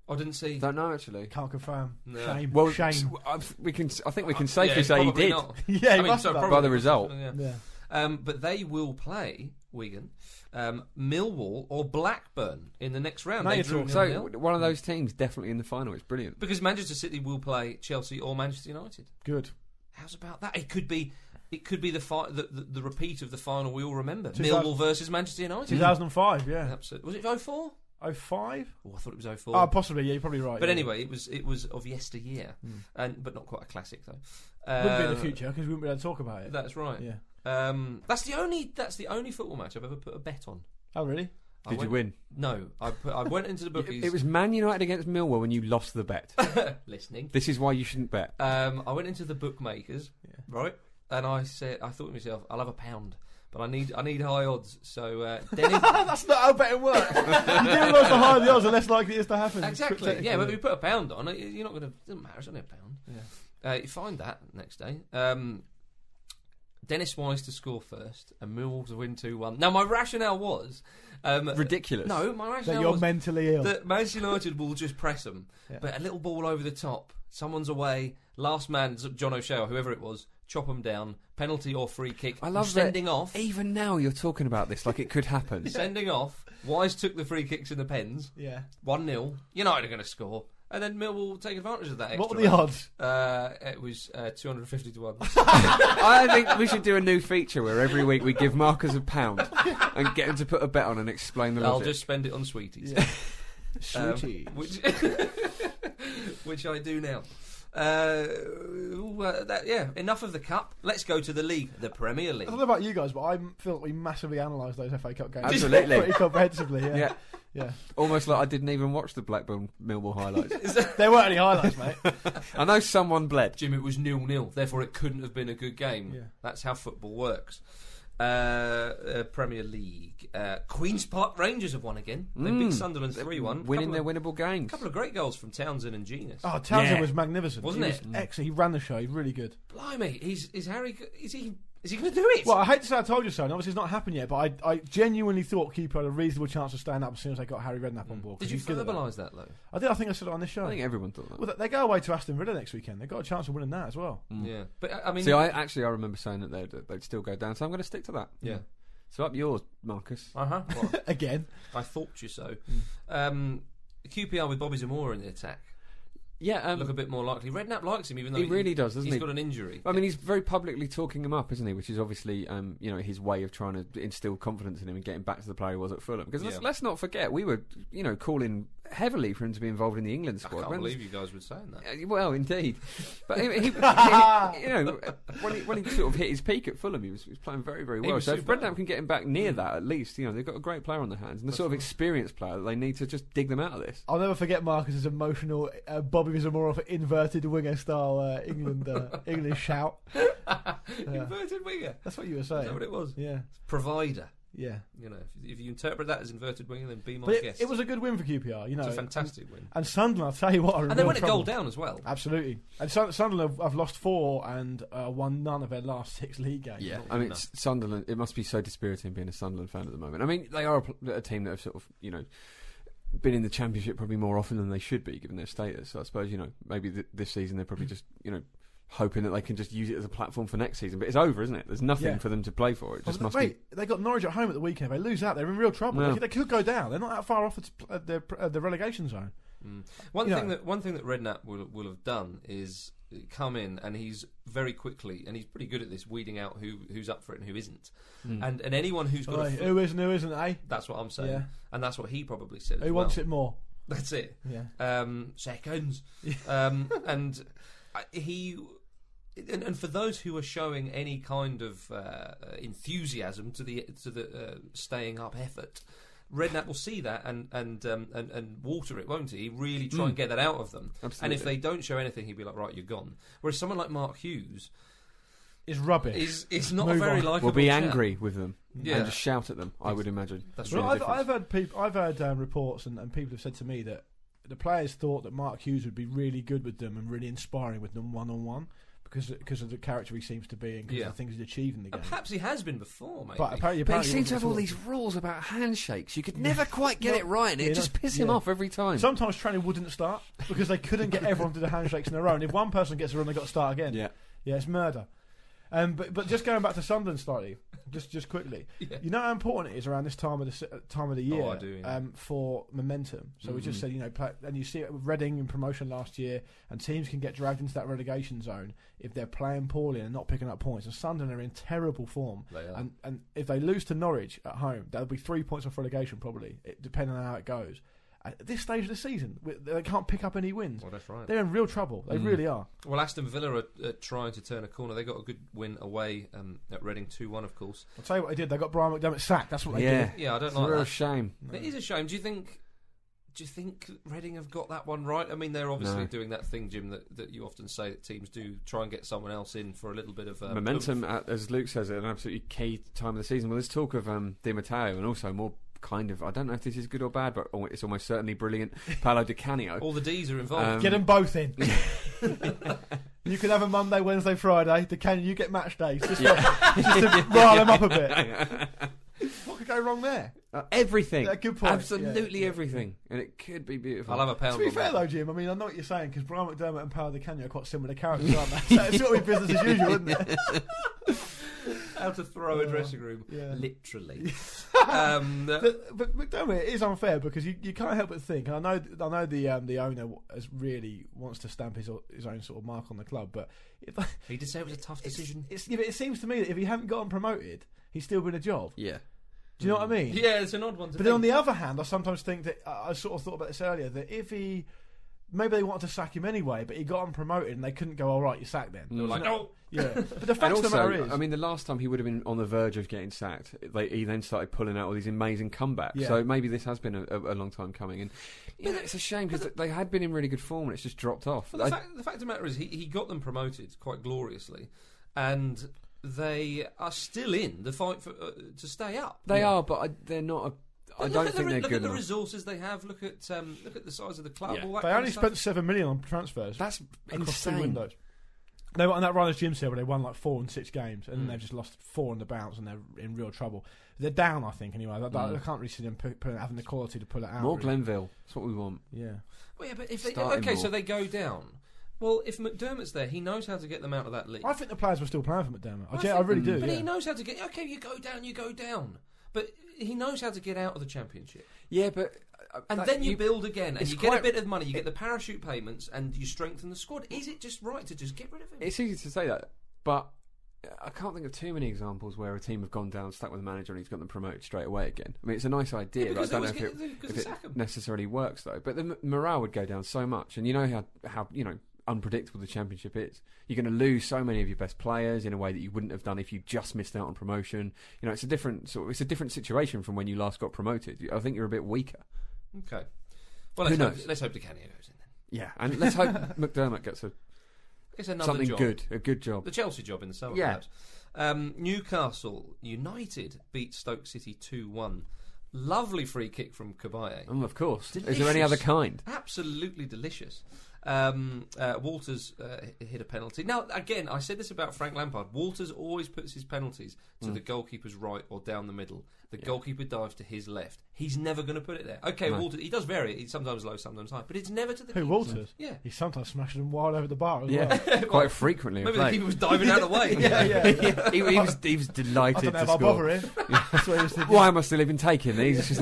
[SPEAKER 1] I didn't see.
[SPEAKER 3] Don't know actually.
[SPEAKER 2] Can't confirm.
[SPEAKER 1] No.
[SPEAKER 2] Shame.
[SPEAKER 3] Well, s-
[SPEAKER 2] Shame.
[SPEAKER 3] I've- we can. s- I think we
[SPEAKER 1] Uh,
[SPEAKER 3] can safely
[SPEAKER 1] yeah,
[SPEAKER 3] say he
[SPEAKER 1] probably
[SPEAKER 3] did.
[SPEAKER 1] not.
[SPEAKER 2] Yeah, he
[SPEAKER 1] I mean,
[SPEAKER 2] must
[SPEAKER 1] so
[SPEAKER 2] have done.
[SPEAKER 1] probably
[SPEAKER 3] By the result.
[SPEAKER 1] Yeah.
[SPEAKER 2] Yeah.
[SPEAKER 1] Um, but they will play Wigan, um, Millwall, or Blackburn in the next round.
[SPEAKER 2] Now
[SPEAKER 1] they
[SPEAKER 2] you're
[SPEAKER 1] drew
[SPEAKER 2] talking.
[SPEAKER 3] So
[SPEAKER 1] nil-nil.
[SPEAKER 3] one of those teams definitely in the final. It's brilliant.
[SPEAKER 1] because Manchester City will play Chelsea or Manchester United.
[SPEAKER 2] Good.
[SPEAKER 1] How's about that? It could be, it could be the fi- the, the, the repeat of the final we all remember:
[SPEAKER 2] 2000
[SPEAKER 1] Millwall versus Manchester United.
[SPEAKER 2] 2005, yeah.
[SPEAKER 1] Absolutely. Was it 04?
[SPEAKER 2] 05?
[SPEAKER 1] Oh, I thought it was 04.
[SPEAKER 2] Oh, possibly, yeah, you're probably right.
[SPEAKER 1] but
[SPEAKER 2] yeah.
[SPEAKER 1] anyway, it was it was of yesteryear, and but not quite a classic though.
[SPEAKER 2] Wouldn't be in the
[SPEAKER 1] Uh,
[SPEAKER 2] future because we wouldn't be able to talk about it.
[SPEAKER 1] That's right.
[SPEAKER 2] Yeah.
[SPEAKER 1] Um, that's the only that's the only football match I've ever put a bet on.
[SPEAKER 2] Oh, really?
[SPEAKER 1] I
[SPEAKER 3] Did you
[SPEAKER 1] went-
[SPEAKER 3] win?
[SPEAKER 1] No, I put, I went into the bookies.
[SPEAKER 3] It, it was Man United against Millwall when you lost the bet.
[SPEAKER 1] listening.
[SPEAKER 3] this is why you shouldn't bet.
[SPEAKER 1] Um, I went into the bookmakers,
[SPEAKER 2] Yeah.
[SPEAKER 1] right, and I said I thought to myself, I'll have a pound, but I need I need high odds. So uh, Dennis,
[SPEAKER 2] That's not how betting works. you do realise the higher the odds, the less likely it is to happen.
[SPEAKER 1] exactly. Yeah, but
[SPEAKER 2] Technically.
[SPEAKER 1] we put a pound on it. You're not going to. Doesn't matter. It's only a pound. Uh, you find that next day. Um, Dennis Wise to score first, and Millwall to win two one. Now my rationale was
[SPEAKER 3] uh,
[SPEAKER 1] um,
[SPEAKER 3] Ridiculous.
[SPEAKER 1] No, my
[SPEAKER 2] That
[SPEAKER 1] rationale
[SPEAKER 2] you're
[SPEAKER 1] was
[SPEAKER 2] mentally ill.
[SPEAKER 1] that Manchester United will just press them,
[SPEAKER 2] Yeah.
[SPEAKER 1] but a little ball over the top, someone's away, last man, John O'Shea or whoever it was, chop them down, penalty or free kick.
[SPEAKER 3] I love that.
[SPEAKER 1] sending off.
[SPEAKER 3] Even now, you're talking about this like it could happen.
[SPEAKER 1] Sending off. Wise took the free kicks in the pens.
[SPEAKER 2] yeah.
[SPEAKER 1] One 0 United are going to score. and then Millwall will take advantage of that. Extra
[SPEAKER 2] What were the odds?
[SPEAKER 1] Uh, it was uh, 250 to 1.
[SPEAKER 3] I think we should do a new feature where every week we give markers a pound and get them to put a bet on and explain the
[SPEAKER 1] I'll
[SPEAKER 3] logic.
[SPEAKER 1] just spend it on sweeties. Um,
[SPEAKER 4] Sweeties.
[SPEAKER 1] which, which I do now. Uh, well, that, yeah, enough of the cup. Let's go to the league, the Premier
[SPEAKER 2] I
[SPEAKER 1] League.
[SPEAKER 2] don't know about you guys, but I feel that we massively analysed those FA Cup games.
[SPEAKER 3] Absolutely.
[SPEAKER 2] Pretty comprehensively, yeah.
[SPEAKER 3] yeah,
[SPEAKER 2] yeah.
[SPEAKER 3] almost like I didn't even watch the Blackburn Millwall highlights.
[SPEAKER 2] There weren't any highlights, mate.
[SPEAKER 3] I know someone bled.
[SPEAKER 1] Jim, it was nil nil. Therefore, it couldn't have been a good game.
[SPEAKER 2] Yeah.
[SPEAKER 1] That's how football works. Uh, uh, Premier League, uh, Queens Park Rangers have won again. They beat
[SPEAKER 3] Mm.
[SPEAKER 1] Sunderland three one,
[SPEAKER 3] winning their
[SPEAKER 1] A
[SPEAKER 3] winnable games.
[SPEAKER 1] couple of great goals from Townsend and Genius.
[SPEAKER 2] Oh, Townsend
[SPEAKER 3] Yeah.
[SPEAKER 2] was magnificent.
[SPEAKER 1] Wasn't
[SPEAKER 2] he
[SPEAKER 1] it? Mm.
[SPEAKER 2] Was excellent. He ran the show. He's really good.
[SPEAKER 1] Blimey, he's, is Harry? go- Is he? Is he going to do it?
[SPEAKER 2] Well, I hate to say I told you so, and obviously it's not happened yet, but I, I genuinely thought Keeper had a reasonable chance of staying up as soon as they got Harry Redknapp on board. 'cause
[SPEAKER 1] Mm. Did you
[SPEAKER 2] he's good at that.
[SPEAKER 1] verbalise that though?
[SPEAKER 2] I did. I think I said it on this show.
[SPEAKER 3] I think everyone thought that.
[SPEAKER 2] well, they go away to Aston Villa next weekend. They've got a chance of winning that as well.
[SPEAKER 1] Yeah, but uh, I- I mean,
[SPEAKER 3] Mm. See, I actually I remember saying that they'd, they'd still go down, so I'm going to stick to that.
[SPEAKER 1] yeah,
[SPEAKER 3] So up yours, Marcus.
[SPEAKER 1] uh huh.
[SPEAKER 2] Again.
[SPEAKER 1] I thought you so.
[SPEAKER 3] Mm.
[SPEAKER 1] Um, QPR with Bobby Zamora in the attack
[SPEAKER 3] Yeah, um,
[SPEAKER 1] look a bit more likely. Redknapp likes him, even though
[SPEAKER 3] he really does,
[SPEAKER 1] has
[SPEAKER 3] doesn't he?
[SPEAKER 1] got an injury.
[SPEAKER 3] I mean, he's very publicly talking him up, isn't he? Which is obviously, um, you know, his way of trying to instill confidence in him and getting back to the player he was at Fulham. Because let's,
[SPEAKER 1] Yeah.
[SPEAKER 3] let's not forget, we were, you know, calling heavily for him to be involved in the England
[SPEAKER 1] I
[SPEAKER 3] squad.
[SPEAKER 1] can't
[SPEAKER 3] When-
[SPEAKER 1] believe you guys were saying that.
[SPEAKER 3] Uh, Well, indeed, but he, he, he- you know, when he, when he sort of hit his peak at Fulham, he was, he was playing very, very
[SPEAKER 1] He
[SPEAKER 3] well.
[SPEAKER 1] was Mm.
[SPEAKER 3] So if
[SPEAKER 1] superb.
[SPEAKER 3] Redknapp can get him back near that, at least you know they've got a great player on their hands and the sort of experienced player that they need to just dig them out of this.
[SPEAKER 2] I'll never forget Marcus's emotional uh, Bobby Zamora for inverted winger style uh, England uh, English shout. Uh,
[SPEAKER 1] Inverted winger.
[SPEAKER 2] That's what you were
[SPEAKER 1] Is
[SPEAKER 2] saying.
[SPEAKER 1] that what it was?
[SPEAKER 2] Yeah,
[SPEAKER 1] Provider.
[SPEAKER 2] yeah.
[SPEAKER 1] You know, if, if you interpret that as inverted winger, then be my
[SPEAKER 2] But it,
[SPEAKER 1] guest.
[SPEAKER 2] it was a good win for QPR. You know,
[SPEAKER 1] it's a fantastic win.
[SPEAKER 2] And Sunderland, I'll tell you what, are in
[SPEAKER 1] And they
[SPEAKER 2] real
[SPEAKER 1] went a goal
[SPEAKER 2] trouble. Ah,
[SPEAKER 1] down as well.
[SPEAKER 2] Absolutely. And Sun- Sunderland have- have lost four and uh, won none of their last six league games.
[SPEAKER 3] I mean,
[SPEAKER 1] No.
[SPEAKER 3] it's Sunderland. It must be so dispiriting being a Sunderland fan at the moment. I mean, they are a, pl- a team that have sort of, you know, been in the Championship probably more often than they should be, given their status. So I suppose you know maybe th- this season they're probably just, you know, hoping that they can just use it as a platform for next season. But it's over, isn't it? There's nothing
[SPEAKER 2] Yeah.
[SPEAKER 3] for them to play for. It
[SPEAKER 2] Well,
[SPEAKER 3] just must
[SPEAKER 2] wait, they got Norwich at home at the weekend. If They lose out, they're in real trouble.
[SPEAKER 3] Yeah.
[SPEAKER 2] They, could, they could go down. They're not that far off the, uh, the, uh, the relegation zone.
[SPEAKER 1] One
[SPEAKER 2] You
[SPEAKER 1] thing
[SPEAKER 2] know.
[SPEAKER 1] that one thing that Redknapp will will have done is come in and he's very quickly and he's pretty good at this weeding out who who's up for it and who isn't.
[SPEAKER 3] Hmm.
[SPEAKER 1] And and anyone who's got
[SPEAKER 2] Oi,
[SPEAKER 1] a foot,
[SPEAKER 2] Hmm. who is and who isn't, eh?
[SPEAKER 1] that's what I'm saying.
[SPEAKER 2] Yeah.
[SPEAKER 1] And that's what he probably said.
[SPEAKER 2] Who
[SPEAKER 1] as
[SPEAKER 2] wants
[SPEAKER 1] well.
[SPEAKER 2] it more?
[SPEAKER 1] That's it.
[SPEAKER 2] Yeah.
[SPEAKER 1] um, seconds. um, and I- he. And, and for those who are showing any kind of uh, enthusiasm to the to the uh, staying up effort, Redknapp will see that and and, um, and and water it, won't he? He really try and get that out of them. And if
[SPEAKER 3] Hmm. Absolutely.
[SPEAKER 1] they don't show anything, he'd be like, "Right, you're gone." Whereas someone like Mark Hughes
[SPEAKER 2] It's rubbish.
[SPEAKER 1] is is not
[SPEAKER 2] Move
[SPEAKER 1] a very
[SPEAKER 2] on.
[SPEAKER 1] likable.
[SPEAKER 3] be. We'll be
[SPEAKER 1] chap.
[SPEAKER 3] angry with them
[SPEAKER 1] Yeah.
[SPEAKER 3] and just shout at them. I would imagine.
[SPEAKER 1] That's
[SPEAKER 2] Well,
[SPEAKER 1] really
[SPEAKER 2] I've,
[SPEAKER 1] different.
[SPEAKER 2] I've heard people, I've heard um, reports, and, and people have said to me that the players thought that Mark Hughes would be really good with them and really inspiring with them one on one because because of the character he seems to be and because
[SPEAKER 1] Yeah.
[SPEAKER 2] of the things he's achieved in the game.
[SPEAKER 1] And perhaps he has been before, maybe.
[SPEAKER 2] But apparently,
[SPEAKER 3] But
[SPEAKER 2] apparently
[SPEAKER 3] he seems to
[SPEAKER 2] wasn't
[SPEAKER 3] have all
[SPEAKER 2] at
[SPEAKER 3] these rules about handshakes. You could never quite get it right, and it
[SPEAKER 2] Yeah,
[SPEAKER 3] just
[SPEAKER 2] no,
[SPEAKER 3] piss him
[SPEAKER 2] yeah.
[SPEAKER 3] off every time.
[SPEAKER 2] Sometimes training wouldn't start because they couldn't get everyone to do handshakes on their own. If one person gets a run, they got to start again.
[SPEAKER 3] yeah,
[SPEAKER 2] Yeah, it's murder. Um, but but just going back to Sunderland slightly, just just quickly, you know how important it is around this time of the se- uh, time of the year
[SPEAKER 1] Oh, I do, yeah. Mm-hmm.
[SPEAKER 2] um, for momentum. So we just said you know, play, and you see it with Reading in promotion last year, and teams can get dragged into that relegation zone if they're playing poorly and not picking up points. And Sunderland are in terrible form,
[SPEAKER 1] They are.
[SPEAKER 2] and and if they lose to Norwich at home, that'll be three points off relegation probably, it, depending on how it goes. At this stage of the season, we- they can't pick up any wins.
[SPEAKER 1] Well, that's right.
[SPEAKER 2] They're in real trouble.
[SPEAKER 1] Mm.
[SPEAKER 2] They really are.
[SPEAKER 1] Well, Aston Villa are, are trying to turn a corner. They got a good win away um, at Reading 2 1, of course.
[SPEAKER 2] I'll tell you what they did. They got Brian McDermott sacked. That's what they
[SPEAKER 3] yeah.
[SPEAKER 2] did.
[SPEAKER 1] Yeah, I don't
[SPEAKER 3] It's a
[SPEAKER 1] like
[SPEAKER 3] real
[SPEAKER 1] that.
[SPEAKER 3] shame.
[SPEAKER 1] It is a shame. Do you think? Do you think Reading have got that one right? I mean, they're obviously
[SPEAKER 3] No.
[SPEAKER 1] doing that thing, Jim, that, that you often say that teams do try and get someone else in for a little bit of uh,
[SPEAKER 3] Momentum, at, as Luke says, at an absolutely key time of the season. Well, there's talk of um, Di Matteo and also more kind of, I don't know if this is good or bad, but al- it's almost certainly brilliant, Paolo Di
[SPEAKER 1] oomph.
[SPEAKER 3] Canio.
[SPEAKER 1] All the D's are involved.
[SPEAKER 3] Um,
[SPEAKER 2] Get them both in. you could have a Monday, Wednesday, Friday. The can you get match days? Just, to, just to rile them up a bit. What could go wrong there?
[SPEAKER 3] Uh, everything.
[SPEAKER 2] Yeah, good point.
[SPEAKER 3] Absolutely
[SPEAKER 2] Yeah, yeah.
[SPEAKER 3] everything. And it could be beautiful.
[SPEAKER 1] I'll have a pound.
[SPEAKER 2] To be
[SPEAKER 1] on
[SPEAKER 2] fair
[SPEAKER 1] that.
[SPEAKER 2] though, Jim, I mean I know what you're saying because Brian McDermott and Paolo Di Canio are quite similar characters, aren't they? So it's sort of business as usual, isn't it?
[SPEAKER 1] how to throw a dressing room,
[SPEAKER 2] yeah.
[SPEAKER 1] literally. um,
[SPEAKER 2] But, but, but don't worry, it is unfair because you, you can't help but think. And I know I know the um, the owner has really wants to stamp his o- his own sort of mark on the club, but it,
[SPEAKER 1] he did say it was a tough decision.
[SPEAKER 2] it's, yeah, but it seems to me that if he hadn't gotten promoted, he's still been a job.
[SPEAKER 3] Yeah.
[SPEAKER 2] Do you know what I mean?
[SPEAKER 1] Yeah, it's an odd one to
[SPEAKER 2] But then on the other hand, I sometimes think that uh, I I sort of thought about this earlier that if he maybe they wanted to sack him anyway, but he got on promoted and they couldn't go all right, you sack then.
[SPEAKER 1] They were like, no.
[SPEAKER 2] Yeah, but the
[SPEAKER 3] Mm. And
[SPEAKER 2] fact of the matter
[SPEAKER 3] also,
[SPEAKER 2] is,
[SPEAKER 3] I mean, the last time he would have been on the verge of getting sacked, they, he then started pulling out all these amazing comebacks.
[SPEAKER 2] Yeah.
[SPEAKER 3] So maybe this has been a, a, a long time coming, and you know, it's a shame because they had been in really good form and it's just dropped off.
[SPEAKER 1] Well, the,
[SPEAKER 3] I-
[SPEAKER 1] fact, the fact of the matter is, he, he got them promoted quite gloriously, and they are still in the fight for, uh, to stay up.
[SPEAKER 3] they are, but I, they're not. A, I
[SPEAKER 1] Look
[SPEAKER 3] don't
[SPEAKER 1] at the
[SPEAKER 3] think
[SPEAKER 1] re-
[SPEAKER 3] they're
[SPEAKER 1] look
[SPEAKER 3] good
[SPEAKER 1] at the
[SPEAKER 3] enough.
[SPEAKER 1] resources they have. Look at um, look at the size of the club.
[SPEAKER 3] Yeah.
[SPEAKER 1] all that
[SPEAKER 2] they
[SPEAKER 1] kind
[SPEAKER 2] only
[SPEAKER 1] of stuff.
[SPEAKER 2] spent seven million on transfers
[SPEAKER 3] That's
[SPEAKER 2] across two
[SPEAKER 3] insane.
[SPEAKER 2] windows. They were on that run as Jim said, where they won like four and six games,
[SPEAKER 3] Mm.
[SPEAKER 2] and then they've just lost four on the bounce, and they're in real trouble. They're down, I think, anyway. I, I- I can't really see them pu- pu- having the quality to pull it out.
[SPEAKER 3] Mm. More
[SPEAKER 2] really.
[SPEAKER 3] Glenville. That's what we want.
[SPEAKER 2] yeah.
[SPEAKER 1] Well, yeah, but if they,
[SPEAKER 3] Starting
[SPEAKER 1] okay,
[SPEAKER 3] more.
[SPEAKER 1] so they go down. Well, if McDermott's there, he knows how to get them out of that league.
[SPEAKER 2] I think the players were still playing for McDermott. I,
[SPEAKER 1] I
[SPEAKER 2] ge- I
[SPEAKER 1] think-
[SPEAKER 2] really do.
[SPEAKER 1] but
[SPEAKER 2] yeah.
[SPEAKER 1] he knows how to get. Okay, you go down, you go down. But he knows how to get out of the championship,
[SPEAKER 3] Yeah, but uh,
[SPEAKER 1] and
[SPEAKER 3] that-
[SPEAKER 1] then you, build again, and
[SPEAKER 3] it's
[SPEAKER 1] you get a
[SPEAKER 3] quite-
[SPEAKER 1] bit of money, you get the parachute payments, and you strengthen the squad. Is it just right to just get rid of him?
[SPEAKER 3] It's easy to say that, but I can't think of too many examples where a team have gone down, stuck with a manager, and he's got them promoted straight away again. I mean, it's a nice idea,
[SPEAKER 1] Yeah,
[SPEAKER 3] but I
[SPEAKER 1] because
[SPEAKER 3] don't know
[SPEAKER 1] they
[SPEAKER 3] if
[SPEAKER 1] always
[SPEAKER 3] it,
[SPEAKER 1] get- because
[SPEAKER 3] if
[SPEAKER 1] they
[SPEAKER 3] it
[SPEAKER 1] sack 'em.
[SPEAKER 3] necessarily works though. But the m- morale would go down so much, and you know how how you know unpredictable the championship is. You're going to lose so many of your best players in a way that you wouldn't have done if you just missed out on promotion. You know, it's a different sort. Of, it's a different situation from when you last got promoted. You- I think you're a bit weaker.
[SPEAKER 1] Okay. Well, let's
[SPEAKER 3] Who
[SPEAKER 1] hope,
[SPEAKER 3] knows?
[SPEAKER 1] let's hope DeCanio goes in then.
[SPEAKER 3] Yeah, and let's hope McDermott gets a,
[SPEAKER 1] It's another
[SPEAKER 3] something
[SPEAKER 1] job.
[SPEAKER 3] good, a good job.
[SPEAKER 1] The Chelsea job in the summer,
[SPEAKER 3] Yeah.
[SPEAKER 1] perhaps. Um, Newcastle United beat Stoke City 2 1. Lovely free kick from Kabaye.
[SPEAKER 3] Mm, of course. Is there
[SPEAKER 1] Delicious.
[SPEAKER 3] any other kind?
[SPEAKER 1] Absolutely delicious. Um, uh, Walters uh, h- hit a penalty. Now, again, I said this about Frank Lampard. Walters always puts his penalties
[SPEAKER 3] Hmm.
[SPEAKER 1] to the goalkeeper's right or down the middle. The goalkeeper dives to his left. He's never going to put it there. Okay,
[SPEAKER 3] No.
[SPEAKER 1] Walters. He does vary. it. He's sometimes low, sometimes high, but it's never to the
[SPEAKER 2] Who
[SPEAKER 1] keeper.
[SPEAKER 2] Walters?
[SPEAKER 1] Yeah.
[SPEAKER 2] He sometimes smashes them wide over the bar as well.
[SPEAKER 3] Yeah, quite frequently. in
[SPEAKER 1] Maybe the
[SPEAKER 3] play.
[SPEAKER 1] keeper was diving out of the way.
[SPEAKER 2] yeah, yeah.
[SPEAKER 3] he, he was, he was
[SPEAKER 2] I
[SPEAKER 3] delighted
[SPEAKER 2] don't know
[SPEAKER 3] to
[SPEAKER 2] if I'll bother
[SPEAKER 3] score.
[SPEAKER 2] him. That's what he was thinking.
[SPEAKER 3] Why am I still even taking these? It's just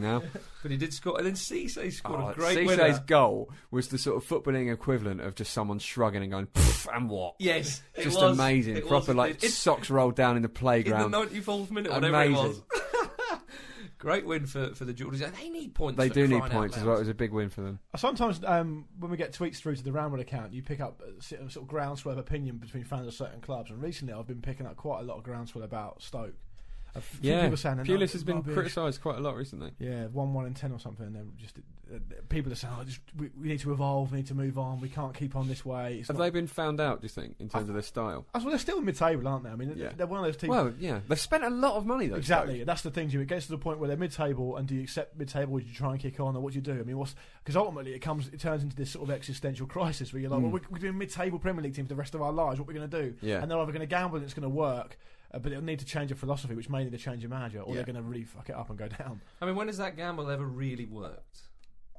[SPEAKER 3] now.
[SPEAKER 1] But he did score, and then Cisse scored
[SPEAKER 3] Oh,
[SPEAKER 1] a great
[SPEAKER 3] Cissé's
[SPEAKER 1] winner.
[SPEAKER 3] goal was the sort of footballing equivalent of just someone shrugging and going, "Pff, and what?
[SPEAKER 1] Yes, it
[SPEAKER 3] just
[SPEAKER 1] was.
[SPEAKER 3] amazing.
[SPEAKER 1] It
[SPEAKER 3] Proper
[SPEAKER 1] was.
[SPEAKER 3] like
[SPEAKER 1] It's-
[SPEAKER 3] socks rolled down in the
[SPEAKER 1] in the
[SPEAKER 3] playground.
[SPEAKER 1] ninety fourth minute, whatever it was.
[SPEAKER 3] amazing.
[SPEAKER 1] Great win for, for the Geordies. And They need points.
[SPEAKER 3] They
[SPEAKER 1] for
[SPEAKER 3] do need
[SPEAKER 1] crying out
[SPEAKER 3] points as
[SPEAKER 1] loud.
[SPEAKER 3] well. It was a big win for them.
[SPEAKER 2] Sometimes um, when we get tweets through to the Ramrod account, you pick up a sort of sort of groundswell of opinion between fans of certain clubs. And recently, I've been picking up quite a lot of groundswell about Stoke. A few
[SPEAKER 3] Yeah,
[SPEAKER 2] people saying they're not-
[SPEAKER 3] Pulis has been
[SPEAKER 2] rubbish.
[SPEAKER 3] criticised quite a lot recently.
[SPEAKER 2] Yeah, one one in ten or something. And then just uh, people are saying, oh, just, we, we need to evolve, we need to move on, we can't keep on this way. It's
[SPEAKER 3] Have
[SPEAKER 2] not-
[SPEAKER 3] they been found out? Do you think in terms of their style?
[SPEAKER 2] That's well, they're still mid table, aren't they? I mean,
[SPEAKER 3] Yeah.
[SPEAKER 2] they're one of those teams.
[SPEAKER 3] Well, yeah, they've spent a lot of money though.
[SPEAKER 2] Exactly, that's the thing, Jim. It gets to the point where they're mid-table, and do you accept mid-table? Or do you try and kick on, or what do you do? I mean, what's because ultimately it comes, it turns into this sort of existential crisis where you're like, well, we're, we're doing mid-table Premier League team for the rest of our lives. What we're going to do?
[SPEAKER 3] Hmm. Yeah.
[SPEAKER 2] And they're either going to gamble and it's going to work, uh, but they'll need to change their philosophy, which may need to change their manager, or
[SPEAKER 3] Yeah.
[SPEAKER 2] they're going to really fuck it up and go down.
[SPEAKER 1] I mean, when has that gamble ever really worked?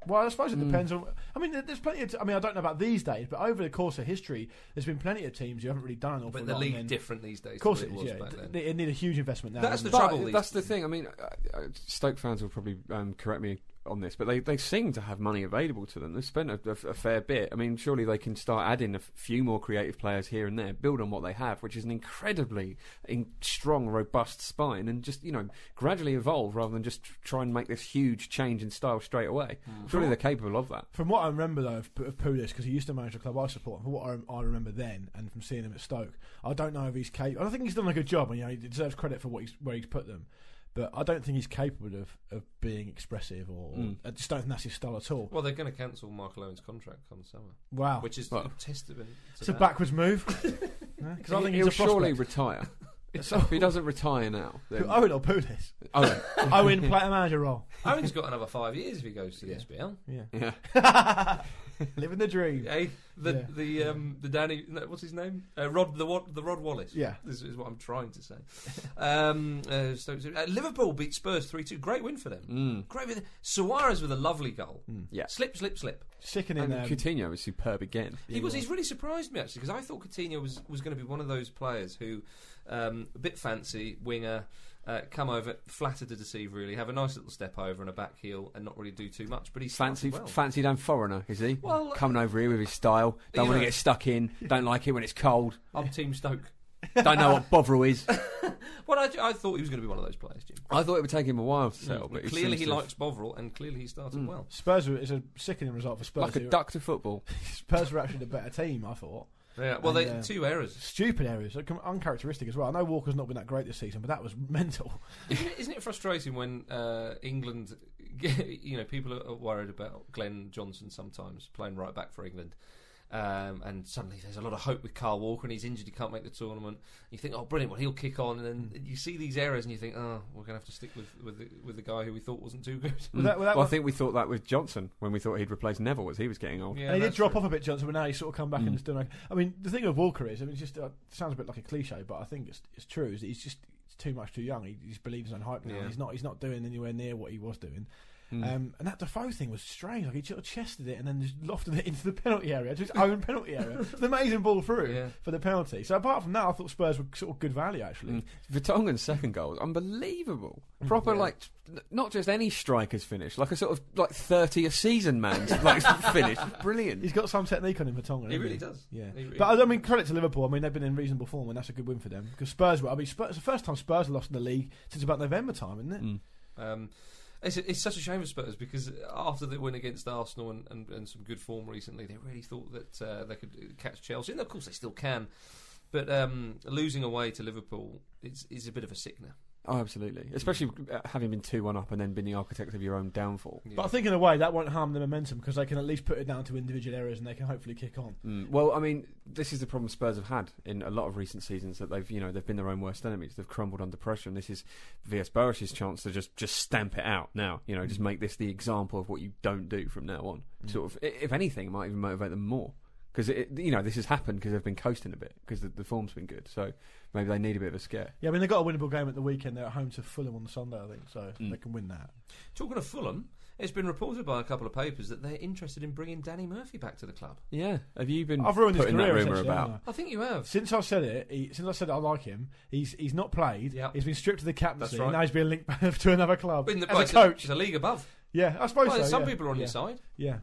[SPEAKER 2] Well, I suppose it
[SPEAKER 3] Hmm.
[SPEAKER 2] depends on. I mean, there- there's plenty of. T- I mean, I don't know about these days, but over the course of history, there's been plenty of teams who haven't really done an awful
[SPEAKER 1] But the
[SPEAKER 2] lot. and
[SPEAKER 1] league
[SPEAKER 2] then-
[SPEAKER 1] different these days.
[SPEAKER 2] Of course,
[SPEAKER 1] than
[SPEAKER 2] it is.
[SPEAKER 1] was
[SPEAKER 2] Yeah,
[SPEAKER 1] back
[SPEAKER 2] Th-
[SPEAKER 1] then.
[SPEAKER 2] they, need a huge investment now.
[SPEAKER 1] That's
[SPEAKER 2] and
[SPEAKER 1] the
[SPEAKER 2] then-
[SPEAKER 1] trouble these
[SPEAKER 3] That's the
[SPEAKER 1] days.
[SPEAKER 3] thing. I mean, uh, uh, Stoke fans will probably um, correct me on this, but they, they seem to have money available to them. They've spent a, a- a fair bit. I mean, surely they can start adding a f- few more creative players here and there, build on what they have, which is an incredibly in- strong, robust spine, and just you know gradually evolve rather than just tr- try and make this huge change in style straight away.
[SPEAKER 1] Hmm.
[SPEAKER 3] Surely they're capable of that.
[SPEAKER 2] From what I remember though of, P- of Pulis, because he used to manage the club I support, from what I, I remember then and from seeing him at Stoke, I don't know if he's capable. I don't think he's done a good job, and you know he deserves credit for what he's where he's put them. But I don't think he's capable of, of being expressive, or
[SPEAKER 3] Hmm.
[SPEAKER 2] I just don't think that's his style at all.
[SPEAKER 1] Well, they're going to cancel Mark Lowen's contract come summer,
[SPEAKER 2] Wow,
[SPEAKER 1] which is
[SPEAKER 3] Well.
[SPEAKER 1] a testament. To
[SPEAKER 2] Oh. it's a
[SPEAKER 1] that.
[SPEAKER 2] backwards move. Because I think he's
[SPEAKER 3] He'll
[SPEAKER 2] a
[SPEAKER 3] surely
[SPEAKER 2] prospect.
[SPEAKER 3] retire.
[SPEAKER 2] So,
[SPEAKER 3] if he doesn't retire now, then oh,
[SPEAKER 2] Owen or oh, Pulis?
[SPEAKER 3] Owen.
[SPEAKER 2] Owen play a manager role.
[SPEAKER 1] Owen's got another five years if he goes to the SBL.
[SPEAKER 2] Yeah,
[SPEAKER 3] yeah.
[SPEAKER 2] living the dream.
[SPEAKER 1] Eh? the
[SPEAKER 2] Yeah.
[SPEAKER 1] the um the Danny no, what's his name uh, Rod the what the Rod Wallace
[SPEAKER 2] Yeah.
[SPEAKER 1] this is what I'm trying to say um uh, Stoke City- uh, Liverpool beat Spurs three two great win for them
[SPEAKER 3] Mm.
[SPEAKER 1] great win Suarez with a lovely goal
[SPEAKER 3] Yeah.
[SPEAKER 1] slip slip slip
[SPEAKER 2] Sickening.
[SPEAKER 3] And
[SPEAKER 2] um,
[SPEAKER 3] Coutinho is superb again.
[SPEAKER 1] he was he's really surprised me actually because I thought Coutinho was was going to be one of those players who um a bit fancy winger Uh, come over, flatter to deceive, really. Have a nice little step over and a back heel, and not really do too much. But he's
[SPEAKER 3] Fancy,
[SPEAKER 1] well.
[SPEAKER 3] fancy damn foreigner, is he?
[SPEAKER 1] Well,
[SPEAKER 3] Coming over here with his style. Don't
[SPEAKER 1] you
[SPEAKER 3] want to
[SPEAKER 1] know-
[SPEAKER 3] get stuck in. Don't like it when it's cold.
[SPEAKER 1] I'm Team Stoke.
[SPEAKER 3] Don't know what Bovril is.
[SPEAKER 1] Well, I, I thought he was going to be one of those players, Jim.
[SPEAKER 3] I thought it would take him a while to settle, but
[SPEAKER 1] Mm. clearly
[SPEAKER 3] seems
[SPEAKER 1] he
[SPEAKER 3] to have- Mm.
[SPEAKER 1] likes Bovril, and clearly he started well.
[SPEAKER 2] Spurs were, it's a sickening result for Spurs.
[SPEAKER 3] like a
[SPEAKER 2] who-
[SPEAKER 3] duck to football.
[SPEAKER 2] Spurs were actually the better team, I thought.
[SPEAKER 1] Yeah. Well, they
[SPEAKER 2] And, uh,
[SPEAKER 1] two errors.
[SPEAKER 2] Stupid areas, like, uncharacteristic as well. I know Walker's not been that great this season, but that was mental.
[SPEAKER 1] Isn't it, isn't it frustrating when uh, England, you know, people are worried about Glenn Johnson sometimes playing right back for England. Um, and suddenly there's a lot of hope with Carl Walker, and he's injured, he can't make the tournament. You think, oh, brilliant, well, he'll kick on. And
[SPEAKER 3] Mm.
[SPEAKER 1] then you see these errors, and you think, oh, we're going to have to stick with, with, the, with the guy who we thought wasn't too good.
[SPEAKER 2] Well, that- well, that
[SPEAKER 3] Mm. Well, I
[SPEAKER 2] one-
[SPEAKER 3] think we thought that with Johnson when we thought he'd replace Neville as he was getting old.
[SPEAKER 1] Yeah,
[SPEAKER 2] and he did
[SPEAKER 1] that's
[SPEAKER 2] drop
[SPEAKER 1] true. Hmm.
[SPEAKER 2] off a bit, Johnson, but now he's sort of come back
[SPEAKER 3] Mm.
[SPEAKER 2] and is doing. okay. I mean, the thing with Walker is, I mean, it's just uh, it sounds a bit like a cliche, but I think it's it's true. Is that he's just it's too much too young. He, he just believes in hype now.
[SPEAKER 1] Yeah. Hmm.
[SPEAKER 2] He's not he's not doing anywhere near what he was doing.
[SPEAKER 3] Mm.
[SPEAKER 1] Uh,
[SPEAKER 2] Um, and that Defoe thing was strange. Like he sort of chested it and then just lofted it into the penalty area, to his own penalty area. It's an amazing ball through
[SPEAKER 1] Yeah.
[SPEAKER 2] for the penalty. So apart from that, I thought Spurs were sort of good value actually.
[SPEAKER 1] Hmm.
[SPEAKER 3] Mm. Vertonghen's second goal was unbelievable. Proper,
[SPEAKER 1] Mm. Yeah.
[SPEAKER 3] like, n- not just any striker's finish, like a sort of like thirty a season man's like finish. Brilliant.
[SPEAKER 2] He's got some technique on him for Tonga.
[SPEAKER 1] He
[SPEAKER 2] hasn't
[SPEAKER 1] really does.
[SPEAKER 2] Yeah,
[SPEAKER 1] He really
[SPEAKER 2] but I- I
[SPEAKER 1] does.
[SPEAKER 2] mean, credit to Liverpool. I mean, they've been in reasonable form, and that's a good win for them. Because Spurs were. I mean, Spurs, it's the first time Spurs lost in the league since about November time, isn't it?
[SPEAKER 3] Mm.
[SPEAKER 1] Um, it's, it's such a shame for Spurs because after the win against Arsenal and, and, and some good form recently, they really thought that uh, they could catch Chelsea, and of course they still can. But um, losing away to Liverpool is, is a bit of a sickener.
[SPEAKER 3] Oh, absolutely. Especially uh, having been two one up and then been the architect of your own downfall.
[SPEAKER 1] Yeah.
[SPEAKER 2] But I think in a way that won't harm the momentum because they can at least put it down to individual errors and they can hopefully kick on.
[SPEAKER 3] Mm. Well, I mean, this is the problem Spurs have had in a lot of recent seasons that they've, you know, they've been their own worst enemies. They've crumbled under pressure, and this is VS Boris's chance to just just stamp it out now. You know, just make this the example of what you don't do from now on. Sort of, i- if anything, it might even motivate them more because you know this has happened because they've been coasting a bit because the, the form's been good. So maybe they need a bit of a scare.
[SPEAKER 2] Yeah, I mean they got a winnable game at the weekend. They're at home to Fulham on Sunday, I think, so
[SPEAKER 3] Mm.
[SPEAKER 2] they can win that.
[SPEAKER 1] Talking of Fulham, it's been reported by a couple of papers that they're interested in bringing Danny Murphy back to the club.
[SPEAKER 3] Yeah, have you been
[SPEAKER 2] I've ruined his
[SPEAKER 3] putting
[SPEAKER 2] career
[SPEAKER 3] that rumor
[SPEAKER 2] essentially,
[SPEAKER 3] about?
[SPEAKER 2] haven't I?
[SPEAKER 1] I think you have.
[SPEAKER 2] Since I said it, he, since I said I like him, he's he's not played.
[SPEAKER 1] Yep.
[SPEAKER 2] He's been stripped of the captaincy.
[SPEAKER 1] That's right.
[SPEAKER 2] and Now he's being linked to another club
[SPEAKER 1] In the,
[SPEAKER 2] as
[SPEAKER 1] well,
[SPEAKER 2] a
[SPEAKER 1] it's
[SPEAKER 2] coach.
[SPEAKER 1] it's a league above.
[SPEAKER 2] Yeah, I suppose
[SPEAKER 1] Well,
[SPEAKER 2] so,
[SPEAKER 1] some
[SPEAKER 2] yeah.
[SPEAKER 1] people are on
[SPEAKER 2] yeah.
[SPEAKER 1] your side.
[SPEAKER 2] Yeah.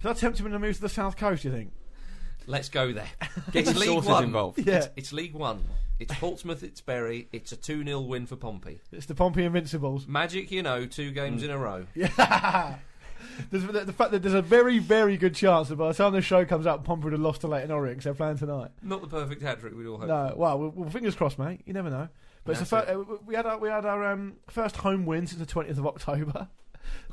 [SPEAKER 2] Could I tempt him to move to the south coast? You think?
[SPEAKER 1] Let's go there.
[SPEAKER 3] Getting
[SPEAKER 1] it's League
[SPEAKER 3] sources
[SPEAKER 1] One.
[SPEAKER 3] involved.
[SPEAKER 2] Yeah,
[SPEAKER 1] It's League One. It's Portsmouth. It's Bury. It's a two 0 win for Pompey.
[SPEAKER 2] it's the Pompey Invincibles.
[SPEAKER 1] Magic, you know, two games
[SPEAKER 3] Mm.
[SPEAKER 1] in a row.
[SPEAKER 2] Yeah. There's the, the fact that there's a very, very good chance that by the time the show comes out, Pompey would have lost to Leighton Orient because they're playing tonight.
[SPEAKER 1] Not the perfect hat trick we'd all hope.
[SPEAKER 2] No, well, well, well, fingers crossed, mate. You never know. But it's the
[SPEAKER 1] That's
[SPEAKER 2] fir- uh, we had our, we had our um, first home win since the 20th of October.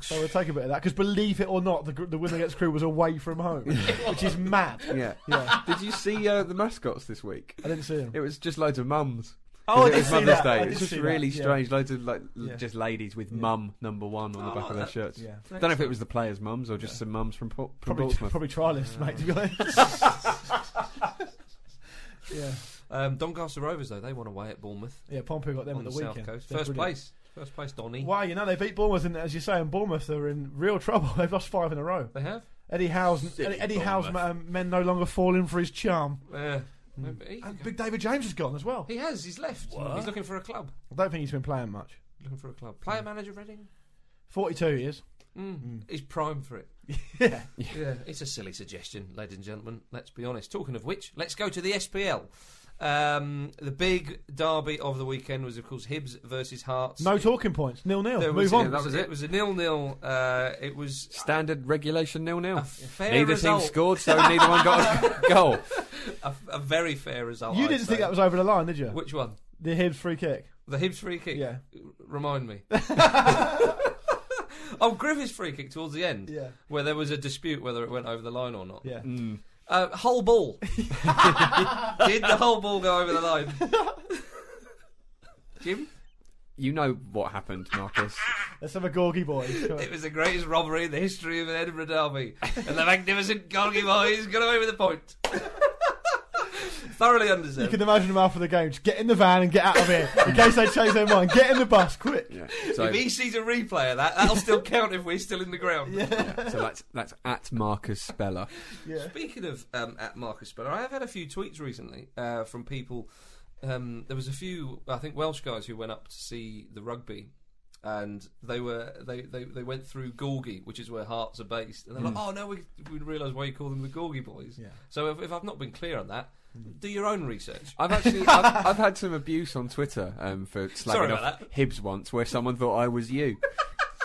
[SPEAKER 2] So we'll take a bit of that because believe it or not, the, gr- the win against Crew was away from home, which is mad.
[SPEAKER 3] Yeah.
[SPEAKER 2] Yeah,
[SPEAKER 3] Did you see uh, the mascots this week?
[SPEAKER 2] I didn't see him.
[SPEAKER 3] It was just loads of mums.
[SPEAKER 2] Oh, I
[SPEAKER 3] it
[SPEAKER 2] did
[SPEAKER 3] was
[SPEAKER 2] see
[SPEAKER 3] Mother's
[SPEAKER 2] that. I
[SPEAKER 3] Day.
[SPEAKER 2] did
[SPEAKER 3] It's just
[SPEAKER 2] see that,
[SPEAKER 3] really
[SPEAKER 2] yeah.
[SPEAKER 3] strange. Loads of like l-
[SPEAKER 2] Yeah.
[SPEAKER 3] just ladies with
[SPEAKER 2] Yeah.
[SPEAKER 3] mum number one on the
[SPEAKER 1] Oh,
[SPEAKER 3] back
[SPEAKER 1] I
[SPEAKER 3] of
[SPEAKER 1] like
[SPEAKER 3] their
[SPEAKER 1] that.
[SPEAKER 3] shirts.
[SPEAKER 2] Yeah,
[SPEAKER 3] I don't know if it was the players' mums or just
[SPEAKER 2] Yeah.
[SPEAKER 3] some mums from, Port- from
[SPEAKER 2] probably
[SPEAKER 3] Portsmouth.
[SPEAKER 2] probably trialists, mate. To be honest. yeah,
[SPEAKER 1] Um, Doncaster Rovers though they won away at Bournemouth
[SPEAKER 2] yeah. Pompey got them
[SPEAKER 1] on
[SPEAKER 2] at
[SPEAKER 1] the,
[SPEAKER 2] the,
[SPEAKER 1] south
[SPEAKER 2] weekend.
[SPEAKER 1] coast.
[SPEAKER 2] They're
[SPEAKER 1] First
[SPEAKER 2] brilliant.
[SPEAKER 1] place, first place. Donny,
[SPEAKER 2] Wow, you know they beat Bournemouth, and as you say, in Bournemouth they're in real trouble. They've lost five in a row.
[SPEAKER 1] they have.
[SPEAKER 2] Eddie Howe's
[SPEAKER 3] Silly
[SPEAKER 2] Eddie, Eddie Howe's
[SPEAKER 3] Bournemouth.
[SPEAKER 2] um, men no longer fall in for his charm.
[SPEAKER 1] Uh, he,
[SPEAKER 2] Hmm. And Big David James has gone as well.
[SPEAKER 1] he has. He's left.
[SPEAKER 2] What?
[SPEAKER 1] He's looking for a club.
[SPEAKER 2] I don't think he's been playing much.
[SPEAKER 1] Looking for a club. Player manager Reading.
[SPEAKER 2] Forty-two years.
[SPEAKER 1] Mm.
[SPEAKER 2] Mm.
[SPEAKER 1] He's prime for it.
[SPEAKER 2] Yeah.
[SPEAKER 1] Yeah, it's a silly suggestion, ladies and gentlemen. Let's be honest. Talking of which, let's go to the SPL. Um, the big derby of the weekend was, of course, Hibs versus Hearts.
[SPEAKER 2] No talking points. Nil nil.
[SPEAKER 1] There
[SPEAKER 2] Move
[SPEAKER 1] was,
[SPEAKER 2] on.
[SPEAKER 1] It,
[SPEAKER 3] that was
[SPEAKER 1] was,
[SPEAKER 3] it.
[SPEAKER 1] it was a nil-nil. Uh, it was
[SPEAKER 3] Standard regulation nil
[SPEAKER 1] a
[SPEAKER 3] nil.
[SPEAKER 1] fair
[SPEAKER 3] Neither
[SPEAKER 1] result.
[SPEAKER 3] team scored, so neither one got a goal.
[SPEAKER 1] a, a very fair result.
[SPEAKER 2] you
[SPEAKER 1] I'd
[SPEAKER 2] didn't
[SPEAKER 1] say.
[SPEAKER 2] think that was over the line, did you?
[SPEAKER 1] which one?
[SPEAKER 2] The Hibbs free kick.
[SPEAKER 1] The Hibs free kick.
[SPEAKER 2] Yeah.
[SPEAKER 1] Remind me. oh, Griffith's free kick towards the end,
[SPEAKER 2] Yeah.
[SPEAKER 1] where there was a dispute whether it went over the line or not.
[SPEAKER 2] Yeah.
[SPEAKER 3] Mm.
[SPEAKER 1] Uh, whole ball. Did the whole ball go over the line? Jim,
[SPEAKER 3] You know what happened, Marcus.
[SPEAKER 2] Let's have a Gorgie boys. Come on.
[SPEAKER 1] it was the greatest robbery in the history of an Edinburgh derby, and the magnificent Golgi boys got away with the point. Thoroughly
[SPEAKER 2] You
[SPEAKER 1] undeserved.
[SPEAKER 2] can imagine them after the game. Just get in the van and get out of here in case they change their mind. Get in the bus, quick.
[SPEAKER 3] Yeah. So,
[SPEAKER 1] if he sees a replay of that, that'll still count if we're still in the ground.
[SPEAKER 3] so that's that's at Marcus Speller.
[SPEAKER 2] Yeah.
[SPEAKER 1] Speaking of um, at Marcus Speller, I have had a few tweets recently uh, from people um, there was a few, I think, Welsh guys who went up to see the rugby, and they were they, they, they went through Gorgie, which is where Hearts are based, and they're like, oh no, we we realise why you call them the Gorgie Boys.
[SPEAKER 2] Hmm. Yeah. Hmm.
[SPEAKER 1] So if, if I've not been clear on that, do your own research.
[SPEAKER 3] I've actually I've, I've had some abuse on Twitter um, for slagging
[SPEAKER 1] Sorry
[SPEAKER 3] off
[SPEAKER 1] about
[SPEAKER 3] Hibs once, where someone thought I was you.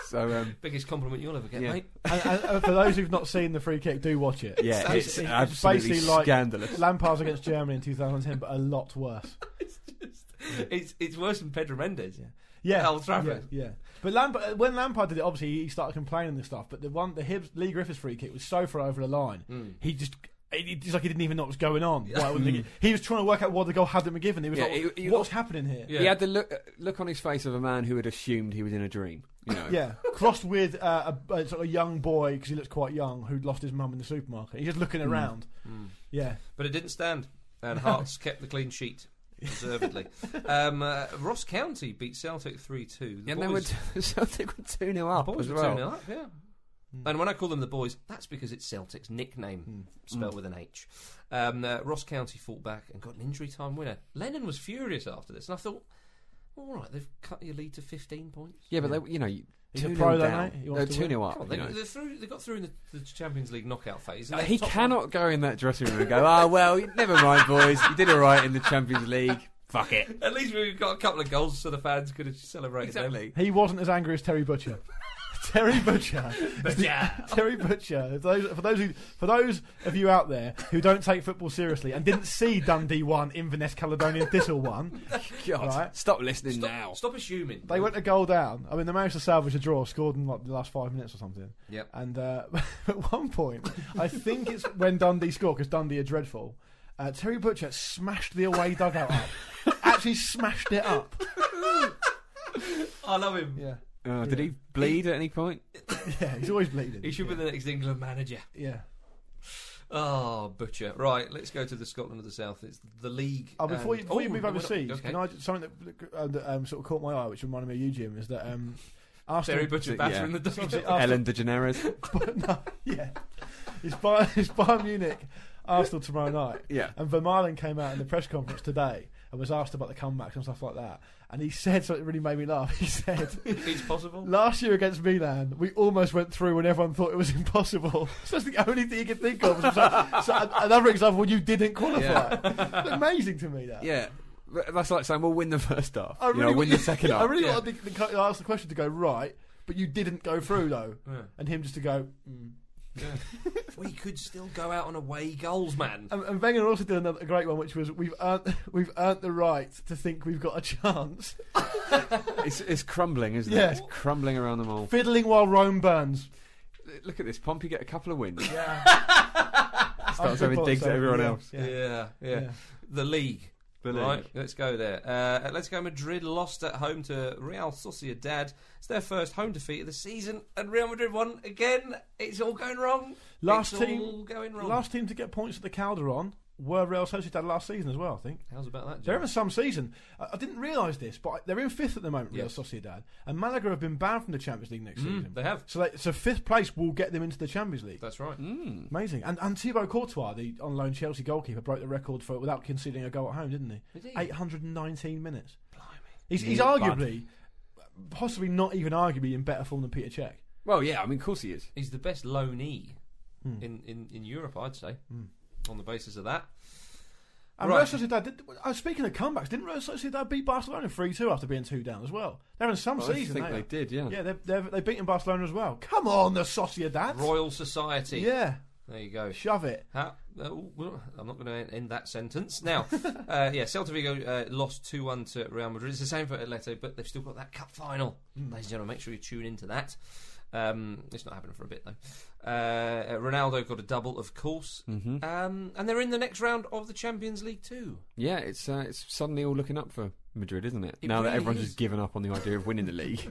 [SPEAKER 3] so um,
[SPEAKER 1] Biggest compliment you'll ever get,
[SPEAKER 3] Yeah.
[SPEAKER 1] mate.
[SPEAKER 2] and, and, and for those who've not seen the free kick, do watch it.
[SPEAKER 3] yeah,
[SPEAKER 2] It's-
[SPEAKER 3] it's,
[SPEAKER 2] it's
[SPEAKER 3] absolutely
[SPEAKER 2] basically like-
[SPEAKER 3] scandalous.
[SPEAKER 2] Lampard's against Germany in 2010, but a lot worse.
[SPEAKER 1] It's it's worse than Pedro Mendes.
[SPEAKER 2] Yeah. Yeah,
[SPEAKER 1] Old Trafford.
[SPEAKER 2] Yeah, yeah. But Lampard, when Lampard did it, obviously he started complaining and stuff. But the one, the Hibbs, Lee Griffiths free kick was so far over the line,
[SPEAKER 3] Hmm.
[SPEAKER 2] he just. it- It's like he didn't even know what was going on. Why wouldn't he- He was trying to work out what the goal had been given. He was
[SPEAKER 3] Yeah,
[SPEAKER 2] like,
[SPEAKER 3] he- he-
[SPEAKER 2] "What's happening here?"
[SPEAKER 1] Yeah.
[SPEAKER 3] He had the look look on his face of a man who had assumed he was in a dream. You know,
[SPEAKER 2] Yeah, crossed with uh, a, a sort of young boy because he looks quite young who'd lost his mum in the supermarket. He's just looking
[SPEAKER 3] Hmm.
[SPEAKER 2] around.
[SPEAKER 1] Hmm.
[SPEAKER 2] Yeah,
[SPEAKER 1] But it didn't stand, and Hearts kept the clean sheet. Deservedly. um, uh, Ross County beat Celtic 3 2.
[SPEAKER 3] and then we're t- Celtic were two 0 up
[SPEAKER 1] Boys
[SPEAKER 3] as
[SPEAKER 1] were 2
[SPEAKER 3] well.
[SPEAKER 1] nil up, yeah. And when I call them the boys, that's because it's Celtic's
[SPEAKER 2] Hmm.
[SPEAKER 1] nickname, spelled with an H. Um, uh, Ross County fought back and got an injury time winner. Lennon was furious after this, and I thought, all right, they've cut your lead to 15 points.
[SPEAKER 3] Yeah, but they, you know, you-
[SPEAKER 2] He's a
[SPEAKER 3] two 0
[SPEAKER 2] pro, though,
[SPEAKER 3] down.
[SPEAKER 2] mate. He
[SPEAKER 3] They're
[SPEAKER 2] wants to
[SPEAKER 3] two 0
[SPEAKER 1] Come
[SPEAKER 3] up.
[SPEAKER 1] on,
[SPEAKER 3] you
[SPEAKER 1] they,
[SPEAKER 3] know.
[SPEAKER 1] they're through, they got through in the, the Champions League knockout phase. and
[SPEAKER 3] Uh,
[SPEAKER 1] they're
[SPEAKER 3] He
[SPEAKER 1] top
[SPEAKER 3] cannot go in that dressing room and go, ah, well, never mind, boys. You did all right in the Champions League. Fuck it.
[SPEAKER 1] At least we've got a couple of goals so the fans could have celebrated them.
[SPEAKER 2] he wasn't as angry as Terry Butcher. Terry Butcher.
[SPEAKER 1] yeah.
[SPEAKER 2] Terry Butcher. For those, for those who, for those of you out there who don't take football seriously and didn't see Dundee one, Inverness Caledonian Thistle one,
[SPEAKER 3] God,
[SPEAKER 2] Right.
[SPEAKER 3] stop listening
[SPEAKER 1] Stop,
[SPEAKER 3] now.
[SPEAKER 1] stop assuming.
[SPEAKER 2] they went a goal down. I mean, they managed to salvage a draw, scored in like the last five minutes or something.
[SPEAKER 1] Yep.
[SPEAKER 2] And uh, at one point, I think it's when Dundee scored because Dundee are dreadful. Uh, Terry Butcher smashed the away dugout up. Actually, smashed it up.
[SPEAKER 1] I love him.
[SPEAKER 2] Yeah,
[SPEAKER 3] Uh, did he bleed at any point?
[SPEAKER 2] yeah. He's always bleeding.
[SPEAKER 1] He should be the next England manager.
[SPEAKER 2] Yeah.
[SPEAKER 1] Oh, butcher. Right, let's go to the Scotland of the South. It's the league.
[SPEAKER 2] Oh, before
[SPEAKER 1] and-
[SPEAKER 2] you, before you
[SPEAKER 1] Oh,
[SPEAKER 2] move
[SPEAKER 1] we're not-
[SPEAKER 2] overseas,
[SPEAKER 1] okay.
[SPEAKER 2] can I just, something that, uh, that um, sort of caught my eye, which reminded me of you, Jim, is that um, Arsenal.
[SPEAKER 1] Terry Butcher
[SPEAKER 3] Yeah.
[SPEAKER 1] battering the
[SPEAKER 2] Obviously,
[SPEAKER 1] dog.
[SPEAKER 2] Arsenal-
[SPEAKER 3] Ellen DeGeneres.
[SPEAKER 2] but no, yeah, it's Bayern, it's Bayern Munich, Arsenal tomorrow night.
[SPEAKER 3] Yeah.
[SPEAKER 2] and Vermaelen came out in the press conference today and was asked about the comebacks and stuff like that. And he said something that really made me laugh. He said,
[SPEAKER 1] it's possible.
[SPEAKER 2] "Last year against Milan, we almost went through when everyone thought it was impossible. so that's the only thing you could think of. So, so an- another example when you didn't qualify. Amazing to me that.
[SPEAKER 3] Yeah. But That's like saying we'll win the first half.
[SPEAKER 2] I
[SPEAKER 3] you know,
[SPEAKER 2] really
[SPEAKER 3] win the second
[SPEAKER 2] I
[SPEAKER 3] half.
[SPEAKER 2] really
[SPEAKER 1] Yeah.
[SPEAKER 2] wanted the, the, to ask the question to go right, but you didn't go through though,
[SPEAKER 1] Yeah.
[SPEAKER 2] and him just to go. Mm.
[SPEAKER 1] we could still go out on away goals, man.
[SPEAKER 2] And, and Wenger also did another great one, which was we've earned we've earned the right to think we've got a chance.
[SPEAKER 3] It's, it's crumbling, isn't
[SPEAKER 2] Yeah.
[SPEAKER 3] it? It's crumbling around them all.
[SPEAKER 2] Fiddling while Rome burns.
[SPEAKER 3] Look at this. Pompey get a couple of wins.
[SPEAKER 2] Yeah.
[SPEAKER 3] Starts having digs at everyone else.
[SPEAKER 1] Yeah, yeah. The league.
[SPEAKER 3] The
[SPEAKER 1] right,
[SPEAKER 3] league.
[SPEAKER 1] let's go there. Uh, Atletico Madrid lost at home to Real Sociedad. It's their first home defeat of the season, and Real Madrid won again. It's all going wrong.
[SPEAKER 2] Last
[SPEAKER 1] it's
[SPEAKER 2] team-
[SPEAKER 1] all going wrong.
[SPEAKER 2] Last team to get points at the Calderon were Real Sociedad last season as well. I think
[SPEAKER 1] How's about that? Jim?
[SPEAKER 2] they're having some season. I, I didn't realise this, but I- they're in fifth at the moment. Real
[SPEAKER 1] Yes. Mm.
[SPEAKER 2] Sociedad and Malaga have been banned from the Champions League next season.
[SPEAKER 1] Hmm, They have.
[SPEAKER 2] So, they, so fifth place will get them into the Champions League.
[SPEAKER 1] That's right.
[SPEAKER 2] Amazing. And, and Thibaut Courtois, the on loan Chelsea goalkeeper, broke the record for without conceding a goal at home, didn't he?
[SPEAKER 1] Did he?
[SPEAKER 2] 819 minutes. He's, he's
[SPEAKER 3] Yeah,
[SPEAKER 2] arguably, possibly not even arguably, in better form than Peter Cech.
[SPEAKER 3] Well, yeah, I mean, of course he is.
[SPEAKER 1] He's the best loanee
[SPEAKER 3] Hmm.
[SPEAKER 1] in, in, in Europe, I'd say, on the basis of that.
[SPEAKER 2] And
[SPEAKER 1] Right.
[SPEAKER 2] Real Sociedad, did, uh, speaking of comebacks, didn't Real Sociedad beat Barcelona 3 2 after being 2 down as well? They're in some
[SPEAKER 3] Well, I
[SPEAKER 2] season.
[SPEAKER 3] think
[SPEAKER 2] they
[SPEAKER 3] they
[SPEAKER 2] are.
[SPEAKER 3] did, yeah.
[SPEAKER 2] Yeah, they've, they've, they've beaten Barcelona as well. Come on, the Sociedad.
[SPEAKER 1] Royal Society.
[SPEAKER 2] Yeah,
[SPEAKER 1] There you go.
[SPEAKER 2] shove it.
[SPEAKER 1] Ha- uh, ooh, well, I'm not going to end that sentence. Now, uh, yeah, Celta Vigo uh, lost 2 1 to Real Madrid. It's the same for Atletico, but they've still got that cup final.
[SPEAKER 3] Hmm.
[SPEAKER 1] Ladies and gentlemen, make sure you tune into that. Um, it's not happening for a bit, though. Uh, Ronaldo got a double, of course.
[SPEAKER 3] Hmm. Mm-hmm.
[SPEAKER 1] Um, and they're in the next round of the Champions League, too.
[SPEAKER 3] Yeah, it's uh, it's suddenly all looking up for Madrid, isn't it?
[SPEAKER 1] It
[SPEAKER 3] now that
[SPEAKER 1] really
[SPEAKER 3] everyone's
[SPEAKER 1] is.
[SPEAKER 3] just given up on the idea of winning the league,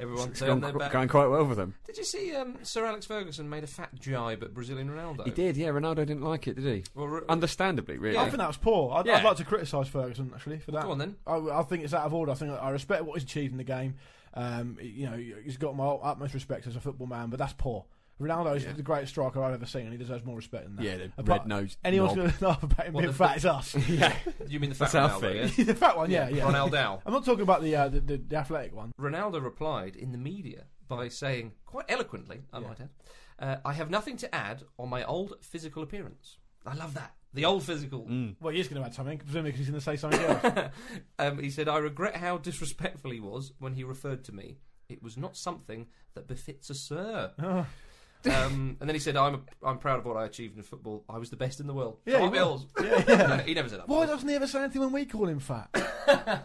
[SPEAKER 1] Everyone
[SPEAKER 3] it's
[SPEAKER 1] turned
[SPEAKER 3] gone,
[SPEAKER 1] their
[SPEAKER 3] qu-
[SPEAKER 1] back.
[SPEAKER 3] going quite well for them.
[SPEAKER 1] Did you see um, Sir Alex Ferguson made a fat jibe at Brazilian Ronaldo?
[SPEAKER 3] He did, yeah. Ronaldo didn't like it, did he?
[SPEAKER 1] Well, re-
[SPEAKER 3] Understandably, really.
[SPEAKER 1] Yeah.
[SPEAKER 2] I think that was poor. I'd, I'd
[SPEAKER 3] Yeah.
[SPEAKER 2] like to criticise Ferguson actually for that.
[SPEAKER 1] Go on then.
[SPEAKER 2] I, I think it's out of order. I think I respect what he's achieved in the game. Um, you know, he's got my utmost respect as a football man, but that's poor. Ronaldo is
[SPEAKER 3] Yeah.
[SPEAKER 2] the greatest striker I've ever seen, and he deserves more respect than that.
[SPEAKER 3] Yeah, the
[SPEAKER 2] Apart-
[SPEAKER 3] red nose.
[SPEAKER 2] Anyone's going to laugh about him
[SPEAKER 1] Well,
[SPEAKER 2] being
[SPEAKER 1] the-
[SPEAKER 2] fat is us.
[SPEAKER 3] yeah.
[SPEAKER 1] You mean the fat
[SPEAKER 3] That's our
[SPEAKER 1] Ronaldo? Yeah?
[SPEAKER 3] thing.
[SPEAKER 2] the fat one, yeah, yeah.
[SPEAKER 1] Ronaldo.
[SPEAKER 2] I'm not talking about the, uh, the, the the athletic one.
[SPEAKER 1] Ronaldo replied in the media by saying, quite eloquently, I
[SPEAKER 2] Yeah.
[SPEAKER 1] might add, uh, I have nothing to add on my old physical appearance. I love that. The old physical.
[SPEAKER 2] Well, he is going to add something, presumably because he's going to say something else.
[SPEAKER 1] Um, he said, I regret how disrespectful he was when he referred to me. It was not something that befits a sir.
[SPEAKER 2] Oh.
[SPEAKER 1] um, and then he said, I'm, a, I'm proud of what I achieved in football. I was the best in the world.
[SPEAKER 2] Yeah,
[SPEAKER 1] Five
[SPEAKER 2] he was.
[SPEAKER 1] L's.
[SPEAKER 2] Yeah, yeah.
[SPEAKER 1] No, he never said that.
[SPEAKER 2] Why
[SPEAKER 1] I
[SPEAKER 2] doesn't he ever say anything when we call him fat?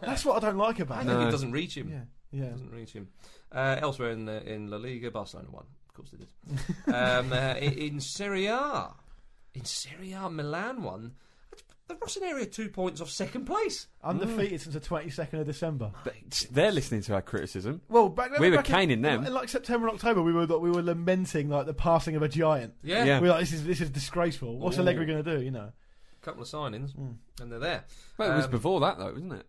[SPEAKER 2] That's what I don't like about
[SPEAKER 1] think
[SPEAKER 2] him.
[SPEAKER 3] No.
[SPEAKER 1] it doesn't reach him.
[SPEAKER 2] Yeah, yeah.
[SPEAKER 1] Doesn't reach him. Uh, elsewhere in the, in La Liga, Barcelona won. Of course they did. um, uh, i- in Serie A, in Serie A, Milan won. The Rossoneri are two points off second place.
[SPEAKER 2] Undefeated since the 22nd of December.
[SPEAKER 3] They're listening to our criticism.
[SPEAKER 2] Well, back then,
[SPEAKER 3] We were
[SPEAKER 2] back in-
[SPEAKER 3] caning them.
[SPEAKER 2] In like September and October, we were we were lamenting like the passing of a giant.
[SPEAKER 1] Yeah,
[SPEAKER 3] Yeah.
[SPEAKER 2] We were like, this is this is disgraceful. What's
[SPEAKER 1] Ooh.
[SPEAKER 2] Allegri going to do? You know.
[SPEAKER 1] a couple of signings,
[SPEAKER 2] Mm.
[SPEAKER 1] and they're there.
[SPEAKER 3] Well, it was
[SPEAKER 1] Um,
[SPEAKER 3] before that though, wasn't it?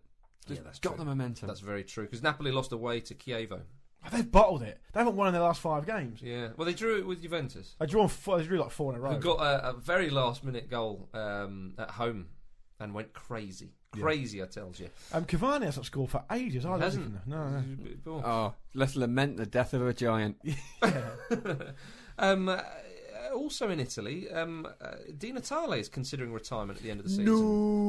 [SPEAKER 1] Yeah,
[SPEAKER 3] Just
[SPEAKER 1] that's
[SPEAKER 3] got
[SPEAKER 1] true.
[SPEAKER 3] the momentum.
[SPEAKER 1] That's very true because Napoli lost away to Chievo.
[SPEAKER 2] They've bottled it. They haven't won in their last five games.
[SPEAKER 1] Yeah, well they drew it with Juventus,
[SPEAKER 2] I drew, four, I drew like four in a row.
[SPEAKER 1] who got a, a very last minute goal um, at home and went crazy,
[SPEAKER 3] Yeah.
[SPEAKER 1] crazy. I tells you,
[SPEAKER 2] Um, Cavani hasn't scored for ages. I
[SPEAKER 1] hasn't.
[SPEAKER 2] No, no.
[SPEAKER 1] Poor.
[SPEAKER 3] Oh, let's lament the death of a giant.
[SPEAKER 1] um, uh, also in Italy, um, uh, Di Natale is considering retirement at the end of the season.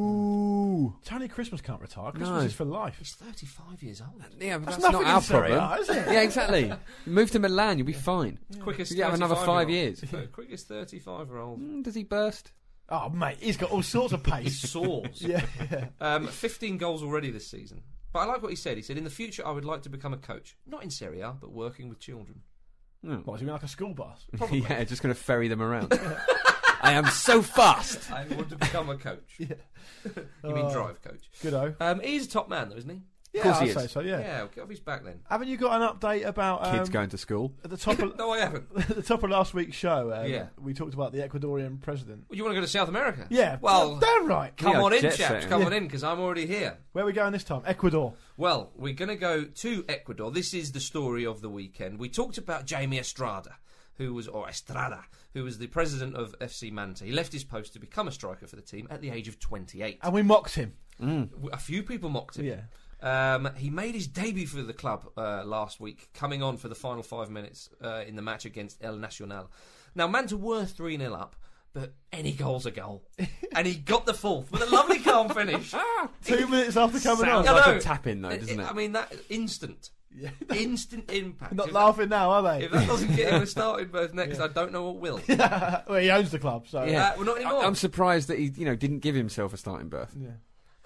[SPEAKER 3] No.
[SPEAKER 2] Tony Christmas can't retire. Christmas
[SPEAKER 3] No.
[SPEAKER 2] is for life.
[SPEAKER 1] He's 35 years old.
[SPEAKER 3] Yeah, but
[SPEAKER 2] That's, nothing
[SPEAKER 3] that's, not
[SPEAKER 2] in
[SPEAKER 3] our
[SPEAKER 2] Serie
[SPEAKER 3] problem.
[SPEAKER 2] A, is it?
[SPEAKER 3] yeah, exactly. Move to Milan, you'll be fine.
[SPEAKER 1] Quickest
[SPEAKER 3] You have another
[SPEAKER 1] 35
[SPEAKER 3] five
[SPEAKER 1] year
[SPEAKER 3] years.
[SPEAKER 1] old. Quickest 35 year old.
[SPEAKER 3] Mm, does he burst?
[SPEAKER 2] Oh, mate, he's got all sorts of
[SPEAKER 1] He
[SPEAKER 2] pace.
[SPEAKER 1] soars.
[SPEAKER 2] yeah, yeah.
[SPEAKER 1] um, 15 goals already this season. But I like what he said. He said, in the future, I would like to become a coach. Not in Serie A, but working with children.
[SPEAKER 3] No.
[SPEAKER 2] What, is he like a school bus?
[SPEAKER 3] yeah, just going to ferry them around. I am so fast.
[SPEAKER 1] I want to become a coach.
[SPEAKER 2] Yeah.
[SPEAKER 1] You mean
[SPEAKER 2] Oh.
[SPEAKER 1] drive coach.
[SPEAKER 2] Good-o.
[SPEAKER 1] Um, he's a top man, though, isn't he?
[SPEAKER 2] Yeah,
[SPEAKER 3] course he
[SPEAKER 2] I'd say
[SPEAKER 3] is.
[SPEAKER 2] so, yeah.
[SPEAKER 1] we'll get off his back then.
[SPEAKER 2] Haven't you got an update about... Um,
[SPEAKER 3] Kids going to school.
[SPEAKER 2] At the top of...
[SPEAKER 1] No, I haven't. Well,
[SPEAKER 2] At the top of last week's show, um,
[SPEAKER 1] Yeah.
[SPEAKER 2] we talked about the Ecuadorian president.
[SPEAKER 1] you want to go to South America?
[SPEAKER 2] Yeah,
[SPEAKER 1] Well,
[SPEAKER 2] damn right.
[SPEAKER 1] come
[SPEAKER 3] We are
[SPEAKER 1] on in,
[SPEAKER 3] jet
[SPEAKER 1] chaps.
[SPEAKER 3] setting.
[SPEAKER 1] Come
[SPEAKER 2] Yeah.
[SPEAKER 1] on in, because I'm already here.
[SPEAKER 2] Where are we going this time? Ecuador.
[SPEAKER 1] Well, we're going to go to Ecuador. This is the story of the weekend. We talked about Jaime Estrada, who was, or Estrada, who was the president of FC Manta. He left his post to become a striker for the team at the age of 28.
[SPEAKER 2] And we mocked him.
[SPEAKER 1] A few people mocked him.
[SPEAKER 2] Yeah.
[SPEAKER 1] Um, he made his debut for the club uh, last week, coming on for the final five minutes uh, in the match against El Nacional. Now, Manta were 3 0 up, but any goal's a goal. and he got the fourth with a lovely calm finish.
[SPEAKER 2] Two minutes after coming
[SPEAKER 3] Sounds
[SPEAKER 2] on.
[SPEAKER 1] I
[SPEAKER 3] like
[SPEAKER 1] know.
[SPEAKER 3] a tap in, though, doesn't it?
[SPEAKER 1] I mean, that instant. Instant impact.
[SPEAKER 2] Not
[SPEAKER 1] If that-
[SPEAKER 2] laughing now, are they?
[SPEAKER 1] If that doesn't get him a starting berth next, I don't know what will.
[SPEAKER 2] well, he owns the club, so...
[SPEAKER 3] yeah.
[SPEAKER 1] uh, well, not anymore.
[SPEAKER 3] I, am surprised that he, you know, didn't give himself a starting berth.
[SPEAKER 2] Yeah.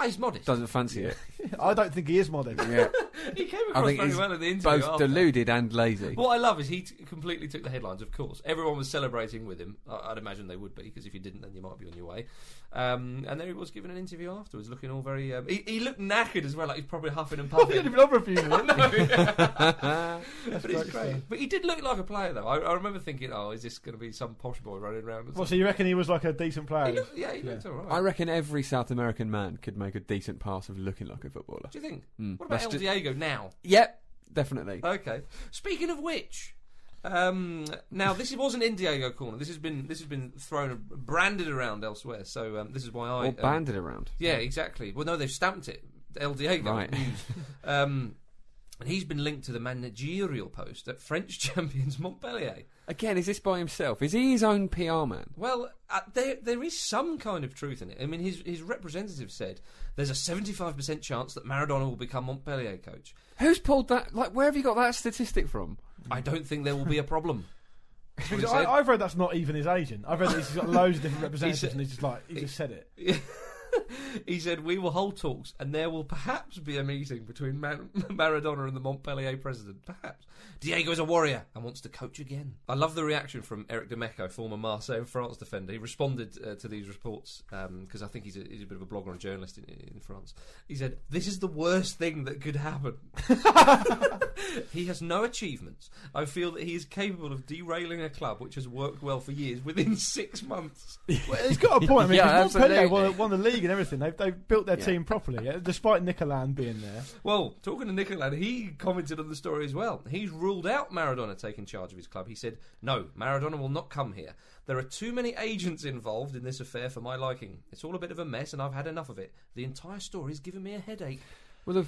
[SPEAKER 1] Ah, he's modest.
[SPEAKER 3] Doesn't fancy it.
[SPEAKER 2] I don't think he is modern.
[SPEAKER 3] Yeah,
[SPEAKER 1] He came
[SPEAKER 3] I
[SPEAKER 1] across
[SPEAKER 3] think
[SPEAKER 1] very
[SPEAKER 3] he's
[SPEAKER 1] well in the interview.
[SPEAKER 3] both
[SPEAKER 1] after.
[SPEAKER 3] deluded and lazy.
[SPEAKER 1] What I love is he t- completely took the headlines. Of course, everyone was celebrating with him. I- I'd imagine they would be because if you didn't, then you might be on your way. Um, and there he was giving an interview afterwards, looking all very. Um, he, he looked knackered as well, like he's probably huffing and
[SPEAKER 2] He
[SPEAKER 1] puffing.
[SPEAKER 2] only been on for a few minutes.
[SPEAKER 3] Uh,
[SPEAKER 1] but, it's
[SPEAKER 2] great
[SPEAKER 1] great.
[SPEAKER 2] stuff.
[SPEAKER 1] but he did look like a player, though. I, I remember thinking, "Oh, is this going to be some posh boy running around?" Or
[SPEAKER 2] Well,
[SPEAKER 1] something?
[SPEAKER 2] so you reckon he was like a decent
[SPEAKER 1] He
[SPEAKER 2] player?
[SPEAKER 1] looked- yeah, he looked all right.
[SPEAKER 3] I reckon every South American man could make a decent pass of looking like a footballer.
[SPEAKER 1] Do you think?
[SPEAKER 3] Mm.
[SPEAKER 1] What about
[SPEAKER 3] That's
[SPEAKER 1] El
[SPEAKER 3] ju-
[SPEAKER 1] Diego now?
[SPEAKER 3] Yep, definitely.
[SPEAKER 1] Okay. Speaking of which, um, now this wasn't in Diego corner. This has been this has been thrown branded around elsewhere. So um, this is why I
[SPEAKER 3] or
[SPEAKER 1] um,
[SPEAKER 3] banded around.
[SPEAKER 1] yeah, exactly. Well, no, they've stamped it. El Diego
[SPEAKER 3] Right.
[SPEAKER 1] news. um, and he's been linked to the managerial post at French champions Montpellier.
[SPEAKER 3] Again, is this by himself? Is he his own PR man?
[SPEAKER 1] Well, uh, there there is some kind of truth in it. I mean, his his representative said there's a 75% chance that Maradona will become Montpellier coach.
[SPEAKER 3] Who's pulled that? Like, where have you got that statistic from?
[SPEAKER 1] I don't think there will be a problem. That's what he
[SPEAKER 2] Because
[SPEAKER 1] said.
[SPEAKER 2] I, I've read that's not even his agent. I've read that he's got loads of different representatives,
[SPEAKER 1] He's-
[SPEAKER 2] and he's just like he just said it.
[SPEAKER 1] He said, We will hold talks, and there will perhaps be a meeting between Man- Maradona and the Montpellier president. Perhaps. Diego is a warrior and wants to coach again. I love the reaction from Eric Demeco, former Marseille and France defender. He responded uh, to these reports because I think he's a, he's a bit of a blogger and journalist in, in France. He said, This is the worst thing that could happen. he has no achievements. I feel that he is capable of derailing a club which has worked well for years within six months.
[SPEAKER 2] Well, he's got a point. I mean,
[SPEAKER 3] Yeah,
[SPEAKER 2] because Montpellier
[SPEAKER 3] absolutely.
[SPEAKER 2] won, won the league League and everything. They've, they've built their
[SPEAKER 3] Yeah.
[SPEAKER 2] team properly, uh, despite Nicolan being there.
[SPEAKER 1] Well, talking to Nicola, he commented on the story as well. He's ruled out Maradona taking charge of his club. He said, No, Maradona will not come here. There are too many agents involved in this affair for my liking. It's all a bit of a mess, and I've had enough of it. The entire story's given me a headache.
[SPEAKER 3] Well, the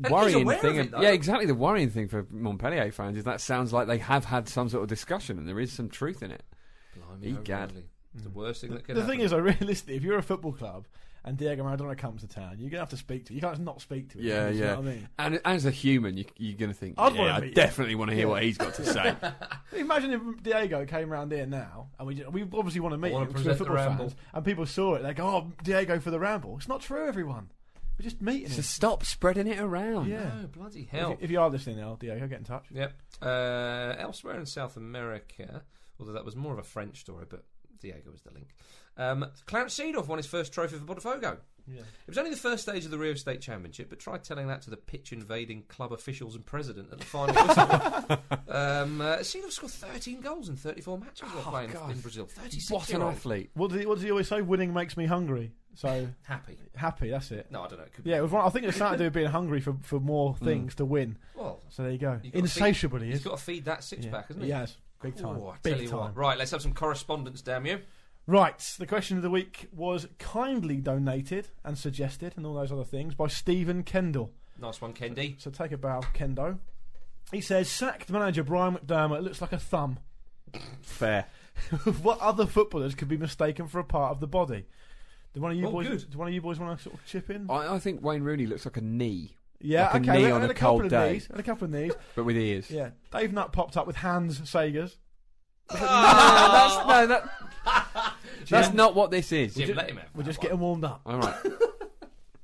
[SPEAKER 1] he's
[SPEAKER 3] worrying
[SPEAKER 1] aware of
[SPEAKER 3] thing,
[SPEAKER 1] it, though.
[SPEAKER 3] yeah, exactly. The worrying thing for Montpellier fans is that sounds like they have had some sort of discussion, and there is some truth in it.
[SPEAKER 1] Blimey,
[SPEAKER 3] Egad.
[SPEAKER 1] O'Reilly. It's the worst thing that could
[SPEAKER 2] The
[SPEAKER 1] happen.
[SPEAKER 2] thing is, I realistically, if you're a football club and Diego Maradona comes to town, you're gonna have to speak to. You can't just not speak to him.
[SPEAKER 3] Yeah,
[SPEAKER 2] you know
[SPEAKER 3] yeah.
[SPEAKER 2] what I mean,
[SPEAKER 3] And as a human, you, you're going to think,
[SPEAKER 2] I'd wanna
[SPEAKER 3] yeah, I
[SPEAKER 2] meet him."
[SPEAKER 3] definitely want to hear what he's got to say.
[SPEAKER 2] imagine if Diego came round here now, and we just, we obviously want to meet
[SPEAKER 1] wanna
[SPEAKER 2] him because we're
[SPEAKER 1] present the
[SPEAKER 2] football
[SPEAKER 1] ramble.
[SPEAKER 2] fans, and people saw it, they go, "Oh, Diego for the ramble." It's not true, everyone. We're just meeting.
[SPEAKER 3] so
[SPEAKER 2] Him.
[SPEAKER 3] stop spreading it around.
[SPEAKER 2] Yeah.
[SPEAKER 1] No, bloody
[SPEAKER 2] If,
[SPEAKER 1] hell.
[SPEAKER 2] you- if you are listening now, Diego, get in touch.
[SPEAKER 1] Yep. Uh, elsewhere in South America, although that was more of a French story, but Diego was the link. Um, Clarence Seedorf won his first trophy for Botafogo.
[SPEAKER 2] Yeah.
[SPEAKER 1] It was only the first stage of the Rio State Championship, but try telling that to the pitch invading club officials and president at the final whistle. um, uh, Seedorf scored 13 goals in 34 matches while
[SPEAKER 3] Oh,
[SPEAKER 1] playing
[SPEAKER 3] God.
[SPEAKER 1] in Brazil. 36
[SPEAKER 3] What an
[SPEAKER 1] year old.
[SPEAKER 3] athlete.
[SPEAKER 2] What does he What does he always say? Winning makes me hungry. So
[SPEAKER 1] Happy.
[SPEAKER 2] happy. That's it.
[SPEAKER 1] No, I don't know. It could
[SPEAKER 2] Yeah, it
[SPEAKER 1] be.
[SPEAKER 2] was one, I think it's something to do with being hungry for, for more things to win.
[SPEAKER 1] Well,
[SPEAKER 2] So there you go.
[SPEAKER 1] You've got to feed-
[SPEAKER 2] Insatiable, he
[SPEAKER 1] Mm. he's
[SPEAKER 2] is.
[SPEAKER 1] got to feed that six pack, hasn't he?
[SPEAKER 2] He has. Big time.
[SPEAKER 1] Oh, I tell
[SPEAKER 2] Big
[SPEAKER 1] you
[SPEAKER 2] time.
[SPEAKER 1] what. Right, let's have some correspondence, damn you.
[SPEAKER 2] Right, the question of the week was kindly donated and suggested and all those other things by Stephen Kendall.
[SPEAKER 1] Nice one, Kendi.
[SPEAKER 2] So take a bow, Kendo. He says, sacked manager Brian McDermott looks like a thumb.
[SPEAKER 3] Fair.
[SPEAKER 2] what other footballers could be mistaken for a part of the body? Do one of you
[SPEAKER 1] Oh,
[SPEAKER 2] boys?
[SPEAKER 1] good.
[SPEAKER 2] Do one of you boys want to sort of chip in?
[SPEAKER 3] I, I think Wayne Rooney looks like a knee,
[SPEAKER 2] yeah,
[SPEAKER 3] like a
[SPEAKER 2] okay.
[SPEAKER 3] knee
[SPEAKER 2] we
[SPEAKER 3] on
[SPEAKER 2] had
[SPEAKER 3] a
[SPEAKER 2] a couple
[SPEAKER 3] cold
[SPEAKER 2] of
[SPEAKER 3] day.
[SPEAKER 2] these. Had a couple of these.
[SPEAKER 3] but with ears.
[SPEAKER 2] yeah, Dave Nutt popped up with Hans Sagers.
[SPEAKER 3] Ah, that's, no, that, that's
[SPEAKER 2] Jim-
[SPEAKER 3] not what this is.
[SPEAKER 1] Jim, let him have
[SPEAKER 2] We're
[SPEAKER 1] that
[SPEAKER 2] just
[SPEAKER 1] one.
[SPEAKER 2] getting warmed up.
[SPEAKER 3] All right.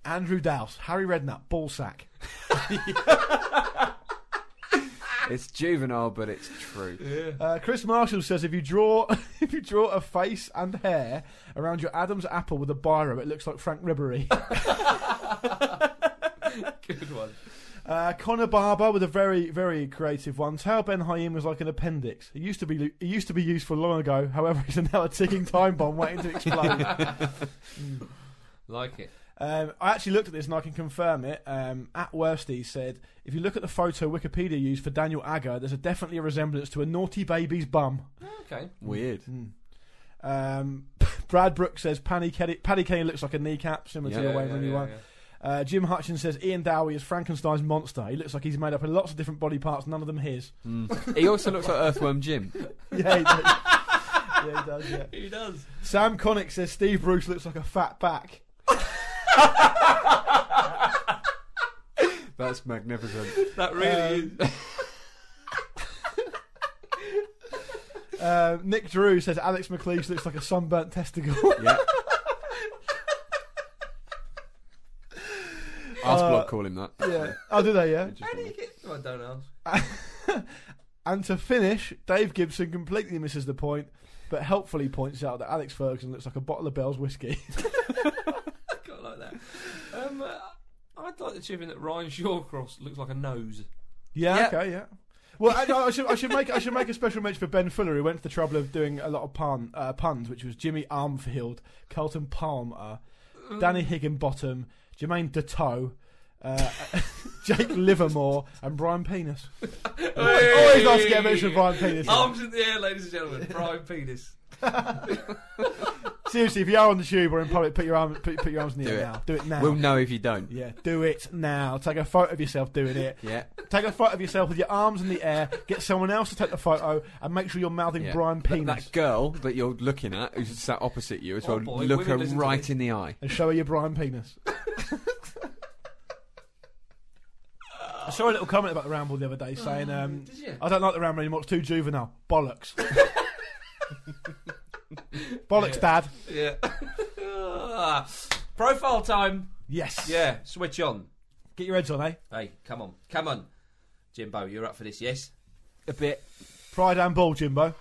[SPEAKER 2] Andrew Dowse, Harry Redknapp, ballsack.
[SPEAKER 3] It's juvenile, but it's true.
[SPEAKER 2] Uh, Chris Marshall says if you draw if you draw a face and hair around your Adam's apple with a biro, it looks like Frank Ribery.
[SPEAKER 1] Good one.
[SPEAKER 2] uh, Connor Barber with a very very creative one. Tao Ben Hayim was like an appendix. It used to be it used to be useful long ago. However, it's now a ticking time bomb waiting to explode.
[SPEAKER 1] Like it.
[SPEAKER 2] Um, I actually looked at this and I can confirm it. Um, at Worstey said, if you look at the photo Wikipedia used for Daniel Agger, there's a definitely a resemblance to a naughty baby's bum.
[SPEAKER 1] Okay.
[SPEAKER 3] Weird.
[SPEAKER 2] Um, Brad Brooks says Paddy Kenny, Paddy Kenny looks like a kneecap, similar to
[SPEAKER 3] Yeah,
[SPEAKER 2] the Wayne
[SPEAKER 1] yeah,
[SPEAKER 2] Rooney
[SPEAKER 1] yeah,
[SPEAKER 2] one.
[SPEAKER 1] yeah.
[SPEAKER 2] Uh, Jim Hutchins says Ian Dowie is Frankenstein's monster. He looks like he's made up of lots of different body parts, none of them his.
[SPEAKER 3] He also looks like Earthworm Jim.
[SPEAKER 2] yeah, he does. yeah, he does. Yeah.
[SPEAKER 1] He does.
[SPEAKER 2] Sam Connick says Steve Bruce looks like a fat back.
[SPEAKER 3] That's magnificent.
[SPEAKER 1] That really
[SPEAKER 2] Um,
[SPEAKER 1] is.
[SPEAKER 2] Uh, Nick Drew says Alex McLeish looks like a sunburnt testicle.
[SPEAKER 3] Yeah. Ask Block call him that.
[SPEAKER 2] yeah. Oh, do they? Yeah.
[SPEAKER 1] How do you get? Oh, I don't ask.
[SPEAKER 2] And to finish, Dave Gibson completely misses the point, but helpfully points out that Alex Ferguson looks like a bottle of Bell's whiskey.
[SPEAKER 1] I got like that. Um, uh, I'd like to chip in that Ryan Shawcross looks like a nose.
[SPEAKER 2] Yeah,
[SPEAKER 3] Yeah.
[SPEAKER 2] okay, yeah. Well, I, I should I should make I should make a special mention for Ben Fuller, who went to the trouble of doing a lot of pun, uh, puns, which was Jimmy Armfield, Carlton Palmer, Danny Higginbottom, Jermaine Deteau, uh, Jake Livermore, and Brian Penis. Always nice to get a mention of Brian Penis.
[SPEAKER 1] Arms in the air, ladies and gentlemen. Brian Penis.
[SPEAKER 2] Seriously, if you are on the tube or in public, put your arm put, put your arms in the
[SPEAKER 3] Do
[SPEAKER 2] air
[SPEAKER 3] it.
[SPEAKER 2] now. Do it now.
[SPEAKER 3] We'll know if you don't.
[SPEAKER 2] yeah, do it now. Take a photo of yourself doing it.
[SPEAKER 3] Yeah.
[SPEAKER 2] Take a photo of yourself with your arms in the air. Get someone else to take the photo, and make sure you're mouthing
[SPEAKER 3] yeah.
[SPEAKER 2] Brian
[SPEAKER 3] Th-
[SPEAKER 2] Penis.
[SPEAKER 3] That girl that you're looking at, who's sat opposite you as
[SPEAKER 1] Oh,
[SPEAKER 3] well,
[SPEAKER 1] boy,
[SPEAKER 3] look
[SPEAKER 1] women
[SPEAKER 3] her
[SPEAKER 1] listen to
[SPEAKER 3] right
[SPEAKER 1] this.
[SPEAKER 3] in the eye.
[SPEAKER 2] and show her your Brian penis. I saw a little comment about the ramble the other day saying, um,
[SPEAKER 1] Oh, Did you?
[SPEAKER 2] "I don't like the ramble anymore; it's too juvenile." Bollocks. Bollocks, Dad.
[SPEAKER 1] Yeah. Ah, Profile time.
[SPEAKER 2] Yes.
[SPEAKER 1] Yeah. Switch on.
[SPEAKER 2] Get your heads on, eh?
[SPEAKER 1] Hey, come on, come on, Jimbo. You're up for this, yes?
[SPEAKER 3] A bit.
[SPEAKER 2] Pride and ball, Jimbo.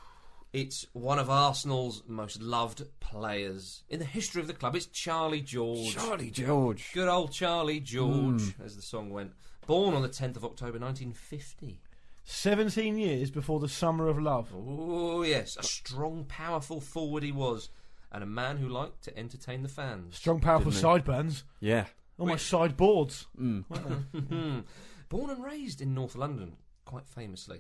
[SPEAKER 1] It's one of Arsenal's most loved players in the history of the club. It's Charlie George.
[SPEAKER 3] Charlie George.
[SPEAKER 1] Good old Charlie George,
[SPEAKER 2] Hmm.
[SPEAKER 1] as the song went. Born on the 10th of October 1950.
[SPEAKER 2] Seventeen years before the summer of love.
[SPEAKER 1] Oh, yes. A strong, powerful forward he was. and a man who liked to entertain the fans.
[SPEAKER 2] Strong, powerful
[SPEAKER 3] Didn't they?
[SPEAKER 2] sideburns.
[SPEAKER 3] Yeah.
[SPEAKER 2] Almost sideboards.
[SPEAKER 3] Mm.
[SPEAKER 1] Born and raised in North London, quite famously.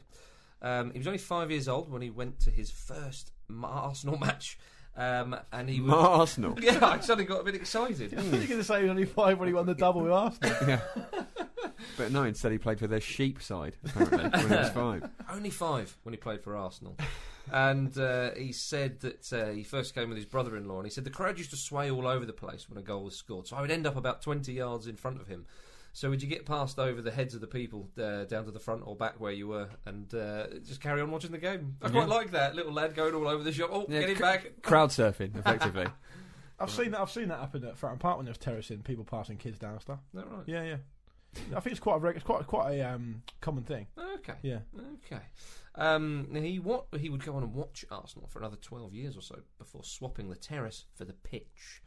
[SPEAKER 1] Um, he was only five years old when he went to his first Ma- Arsenal match, um, and he was.
[SPEAKER 3] Arsenal.
[SPEAKER 1] yeah, I suddenly got a bit excited.
[SPEAKER 2] I was going to say he was only five when he won the double with Arsenal.
[SPEAKER 3] yeah. But no, instead he played for their sheep side, apparently, when he was five.
[SPEAKER 1] only five when he played for Arsenal. And uh, he said that uh, he first came with his brother in law, and he said the crowd used to sway all over the place when a goal was scored. So I would end up about 20 yards in front of him. So would you get passed over the heads of the people uh, down to the front or back where you were and uh, just carry on watching the game? I quite
[SPEAKER 3] Yeah.
[SPEAKER 1] like that. Little lad going all over the shop. Oh,
[SPEAKER 3] Yeah,
[SPEAKER 1] get him
[SPEAKER 3] c-
[SPEAKER 1] back.
[SPEAKER 3] Crowd surfing, effectively.
[SPEAKER 2] I've seen that. I've seen that happen at Fratton Park when there was terracing, people passing kids down and stuff.
[SPEAKER 1] Is that right?
[SPEAKER 2] Yeah, yeah. I think it's quite a reg- it's quite quite a um, common thing.
[SPEAKER 1] Okay.
[SPEAKER 2] Yeah.
[SPEAKER 1] Okay. Um, now he wa- he would go on and watch Arsenal for another 12 years or so before swapping the terrace for the pitch.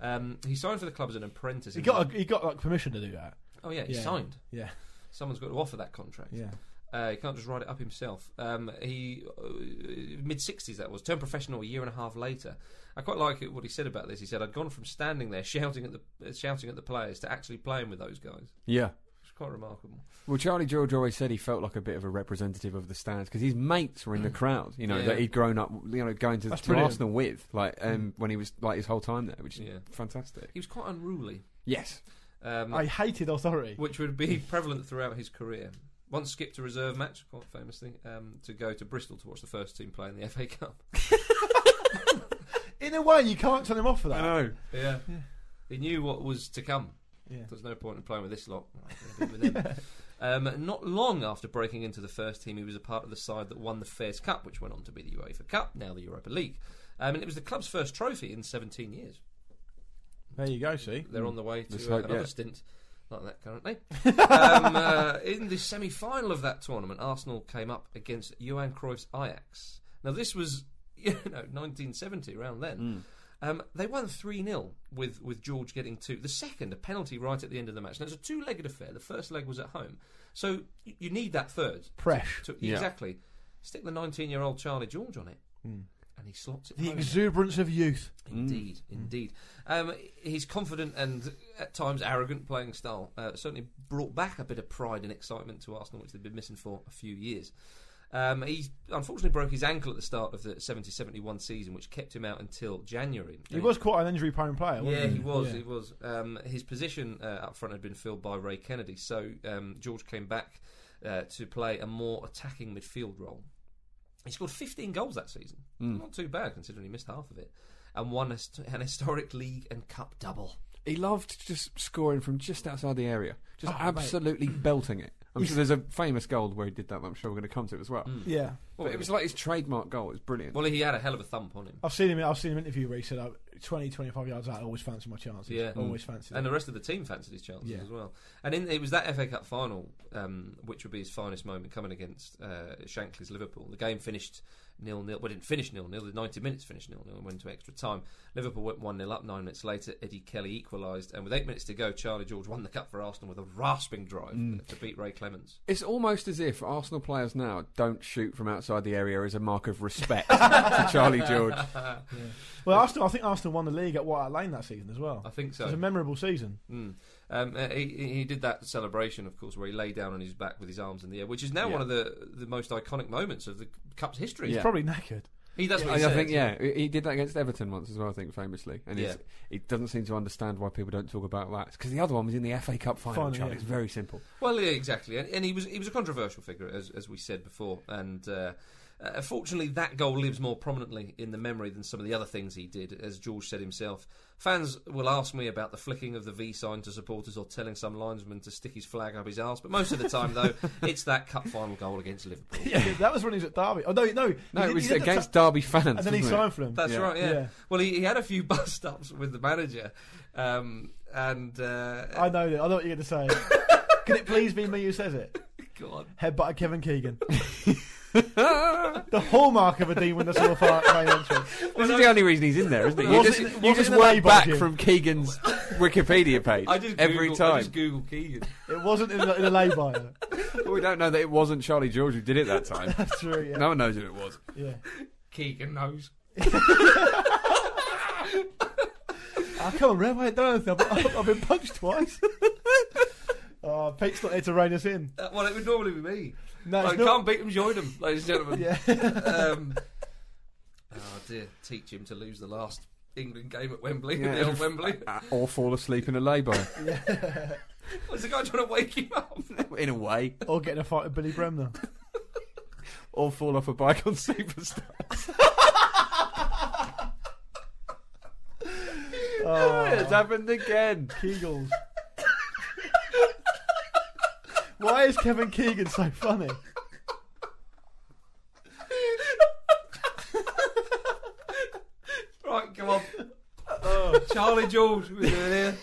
[SPEAKER 1] Um, he signed for the club as an apprentice.
[SPEAKER 2] He
[SPEAKER 1] in
[SPEAKER 2] got a, he got like permission to do that.
[SPEAKER 1] Oh yeah, he
[SPEAKER 2] Yeah.
[SPEAKER 1] signed.
[SPEAKER 2] Yeah,
[SPEAKER 1] Someone's got to offer that contract.
[SPEAKER 2] yeah.
[SPEAKER 1] Uh, he can't just write it up himself. Um, he uh, mid sixties that was turned professional a year and a half later. I quite like it, what he said about this. He said I'd gone from standing there shouting at the uh, shouting at the players to actually playing with those guys.
[SPEAKER 3] yeah.
[SPEAKER 1] It's quite remarkable.
[SPEAKER 3] Well, Charlie George always said he felt like a bit of a representative of the stands because his mates were in the crowd, you know,
[SPEAKER 1] Mm. Yeah.
[SPEAKER 3] that he'd grown up, you know, going to,
[SPEAKER 2] That's
[SPEAKER 3] to
[SPEAKER 2] brilliant.
[SPEAKER 3] Arsenal with, like, um, when he was, like, his whole time there, which is
[SPEAKER 1] Mm. Yeah.
[SPEAKER 3] fantastic.
[SPEAKER 1] He was quite unruly,
[SPEAKER 3] Yes.
[SPEAKER 1] um,
[SPEAKER 2] I hated authority.
[SPEAKER 1] which would be prevalent throughout his career. Once skipped a reserve match, quite famously, um, to go to Bristol to watch the first team play in the FA Cup.
[SPEAKER 2] In a way, you can't turn him off for that.
[SPEAKER 3] know.
[SPEAKER 1] Yeah, he knew what was to come.
[SPEAKER 2] Yeah.
[SPEAKER 1] There's no point in playing with this lot. I'm gonna be with them. um, not long after breaking into the first team, he was a part of the side that won the Fairs Cup, which went on to be the UEFA Cup, now the Europa League. Um, and it was the club's first trophy in 17 years.
[SPEAKER 2] There you go. See,
[SPEAKER 1] They're on the way to
[SPEAKER 3] Let's
[SPEAKER 1] uh,
[SPEAKER 3] hope,
[SPEAKER 1] another
[SPEAKER 3] Hmm. yeah.
[SPEAKER 1] stint like that currently. um, uh, in the semi final of that tournament, Arsenal came up against Johan Cruyff's Ajax. Now, this was, you know, 1970, around then.
[SPEAKER 3] Hmm.
[SPEAKER 1] Um, they won 3 0 with, with George getting two. The second, a penalty right at the end of the match. Now, it's a two legged affair. The first leg was at home. So y- you need that third.
[SPEAKER 2] Presh.
[SPEAKER 1] To,
[SPEAKER 3] Yeah.
[SPEAKER 1] Exactly. Stick the 19 year old Charlie George on it.
[SPEAKER 3] Hmm.
[SPEAKER 1] And he slots it.
[SPEAKER 2] The
[SPEAKER 1] home.
[SPEAKER 2] exuberance of youth.
[SPEAKER 1] Indeed, indeed. Um, his confident and at times arrogant playing style uh, certainly brought back a bit of pride and excitement to Arsenal, which they've been missing for a few years. Um, he unfortunately broke his ankle at the start of the 70 71 season, which kept him out until January.
[SPEAKER 2] He was quite an injury-prone player. Wasn't
[SPEAKER 1] Yeah,
[SPEAKER 2] he?
[SPEAKER 1] he was.
[SPEAKER 2] Yeah.
[SPEAKER 1] He was. Um, his position uh, up front had been filled by Ray Kennedy, so um, George came back uh, to play a more attacking midfield role. He scored 15 goals that season. Not too bad considering he missed half of it, and won a st- an historic league and cup double.
[SPEAKER 3] He loved just scoring from just outside the area, just
[SPEAKER 1] Oh,
[SPEAKER 3] absolutely belting it. I'm sure there's a famous goal where he did that. that I'm sure we're going to come to as well.
[SPEAKER 2] Yeah.
[SPEAKER 3] But it was like his trademark goal. It was brilliant.
[SPEAKER 1] Mm. Well, he had a hell of a thump on him,
[SPEAKER 2] I've seen him. I've seen him interview where he said, "Oh, 20, 25 yards out. I always fancy my chances.
[SPEAKER 1] Yeah.
[SPEAKER 2] always fancy."
[SPEAKER 1] and
[SPEAKER 2] them."
[SPEAKER 1] the rest of the team fancied his chances
[SPEAKER 2] Yeah.
[SPEAKER 1] as well. And in, it was that FA Cup final, um, which would be his finest moment, coming against uh, Shankly's Liverpool. The game finished nil nil. Well, it didn't finish nil nil. The 90 minutes finished nil nil and went to extra time. Liverpool went one 0 up. Nine minutes later, Eddie Kelly equalised, and with eight minutes to go, Charlie George won the cup for Arsenal with a rasping drive
[SPEAKER 3] Mm.
[SPEAKER 1] to beat Ray Clements.
[SPEAKER 3] It's almost as if Arsenal players now don't shoot from outside the area as a mark of respect to Charlie George.
[SPEAKER 2] well, Arsenal. I think Arsenal won the league at White Hart Lane that season as well.
[SPEAKER 1] I think
[SPEAKER 2] It was a
[SPEAKER 1] so.
[SPEAKER 2] memorable season.
[SPEAKER 1] Mm. Um, uh, he, he did that celebration, of course, where he lay down on his back with his arms in the air, which is now
[SPEAKER 3] Yeah.
[SPEAKER 1] one of the the most iconic moments of the cup's history.
[SPEAKER 2] He's
[SPEAKER 3] Yeah.
[SPEAKER 2] probably knackered.
[SPEAKER 1] He, that's
[SPEAKER 3] I,
[SPEAKER 1] what he
[SPEAKER 3] I
[SPEAKER 1] said.
[SPEAKER 3] think, yeah, he he did that against Everton once as well. I think famously, and he's
[SPEAKER 1] Yeah.
[SPEAKER 3] he doesn't seem to understand why people don't talk about that because the other one was in the FA Cup final.
[SPEAKER 2] Final,
[SPEAKER 3] Charlie.
[SPEAKER 2] yeah.
[SPEAKER 3] It's very simple.
[SPEAKER 1] Well, yeah, exactly, and, and he was he was a controversial figure, as as we said before, and. Uh, uh, fortunately, that goal lives more prominently in the memory than some of the other things he did, as George said himself. Fans will ask me about the flicking of the V sign to supporters or telling some linesman to stick his flag up his arse, but most of the time, though, it's that cup final goal against Liverpool.
[SPEAKER 2] Yeah, that was when he was at Derby. Oh no, no,
[SPEAKER 3] No,
[SPEAKER 2] he,
[SPEAKER 3] it
[SPEAKER 2] he
[SPEAKER 3] was
[SPEAKER 2] did that
[SPEAKER 3] against
[SPEAKER 2] t-
[SPEAKER 3] Derby fans.
[SPEAKER 2] and then he
[SPEAKER 3] wasn't it?
[SPEAKER 2] signed for them.
[SPEAKER 1] That's
[SPEAKER 3] Yeah.
[SPEAKER 1] right, yeah.
[SPEAKER 2] Yeah.
[SPEAKER 1] Well, he, he had a few bust ups with the manager, um, and uh,
[SPEAKER 2] I know that. I know what you're going to say. Can it please be me who says it?
[SPEAKER 1] God,
[SPEAKER 2] Headbutt Kevin Keegan. the hallmark of a Dean Windsor Park main entrance.
[SPEAKER 3] This is the only reason he's in there, isn't it? You
[SPEAKER 2] Was
[SPEAKER 3] just,
[SPEAKER 2] it- was
[SPEAKER 3] you
[SPEAKER 2] it
[SPEAKER 3] just
[SPEAKER 2] in the
[SPEAKER 3] work
[SPEAKER 2] label,
[SPEAKER 3] back
[SPEAKER 2] Jim?
[SPEAKER 3] from Keegan's Wikipedia page
[SPEAKER 1] I just
[SPEAKER 3] every
[SPEAKER 1] Googled- I
[SPEAKER 3] time.
[SPEAKER 1] just Google Keegan.
[SPEAKER 2] It wasn't in the, in the lay by.
[SPEAKER 3] we don't know that it wasn't Charlie George who did it that time.
[SPEAKER 2] That's true. Yeah.
[SPEAKER 3] no one knows who it was.
[SPEAKER 2] yeah.
[SPEAKER 1] Keegan knows.
[SPEAKER 2] I Ah, come on, Rev, I ain't done anything. I've, I've been punched twice. oh, Pete's not here to rein us in.
[SPEAKER 1] Uh, well, it would normally be me.
[SPEAKER 2] No,
[SPEAKER 1] I
[SPEAKER 2] it's not.
[SPEAKER 1] can't beat him, join him, ladies and gentlemen.
[SPEAKER 2] Yeah.
[SPEAKER 1] um, oh dear, teach him to lose the last England game at Wembley,
[SPEAKER 3] Yeah. Uh,
[SPEAKER 1] the old Wembley.
[SPEAKER 3] or fall asleep in a lay-by.
[SPEAKER 1] Was the guy trying to wake him up?
[SPEAKER 3] in a way.
[SPEAKER 2] Or get in a fight with Billy Bremner.
[SPEAKER 3] Or fall off a bike on Superstar.
[SPEAKER 2] Oh.
[SPEAKER 3] It's happened again.
[SPEAKER 2] Ah, Kegels. Why is Kevin Keegan so funny?
[SPEAKER 1] Right, come on. Charlie George, we're doing here.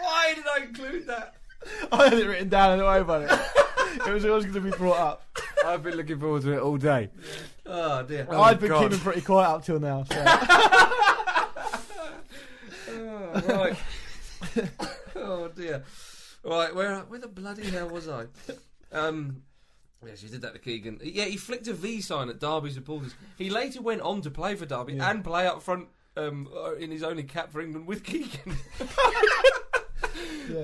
[SPEAKER 1] Why did I include that?
[SPEAKER 2] I had it written down and away about it. It was always going to be brought up.
[SPEAKER 3] I've been looking forward to it all day.
[SPEAKER 1] Oh dear.
[SPEAKER 3] Oh,
[SPEAKER 2] I've been
[SPEAKER 3] God.
[SPEAKER 2] keeping pretty quiet up till now. So.
[SPEAKER 1] Oh, right. oh dear. Right, where where the bloody hell was I? Um, yes, he did that to Keegan. Yeah, he flicked a V sign at Derby's supporters. He later went on to play for Derby
[SPEAKER 2] Yeah.
[SPEAKER 1] and play up front um, uh, in his only cap for England with Keegan.
[SPEAKER 2] Yeah.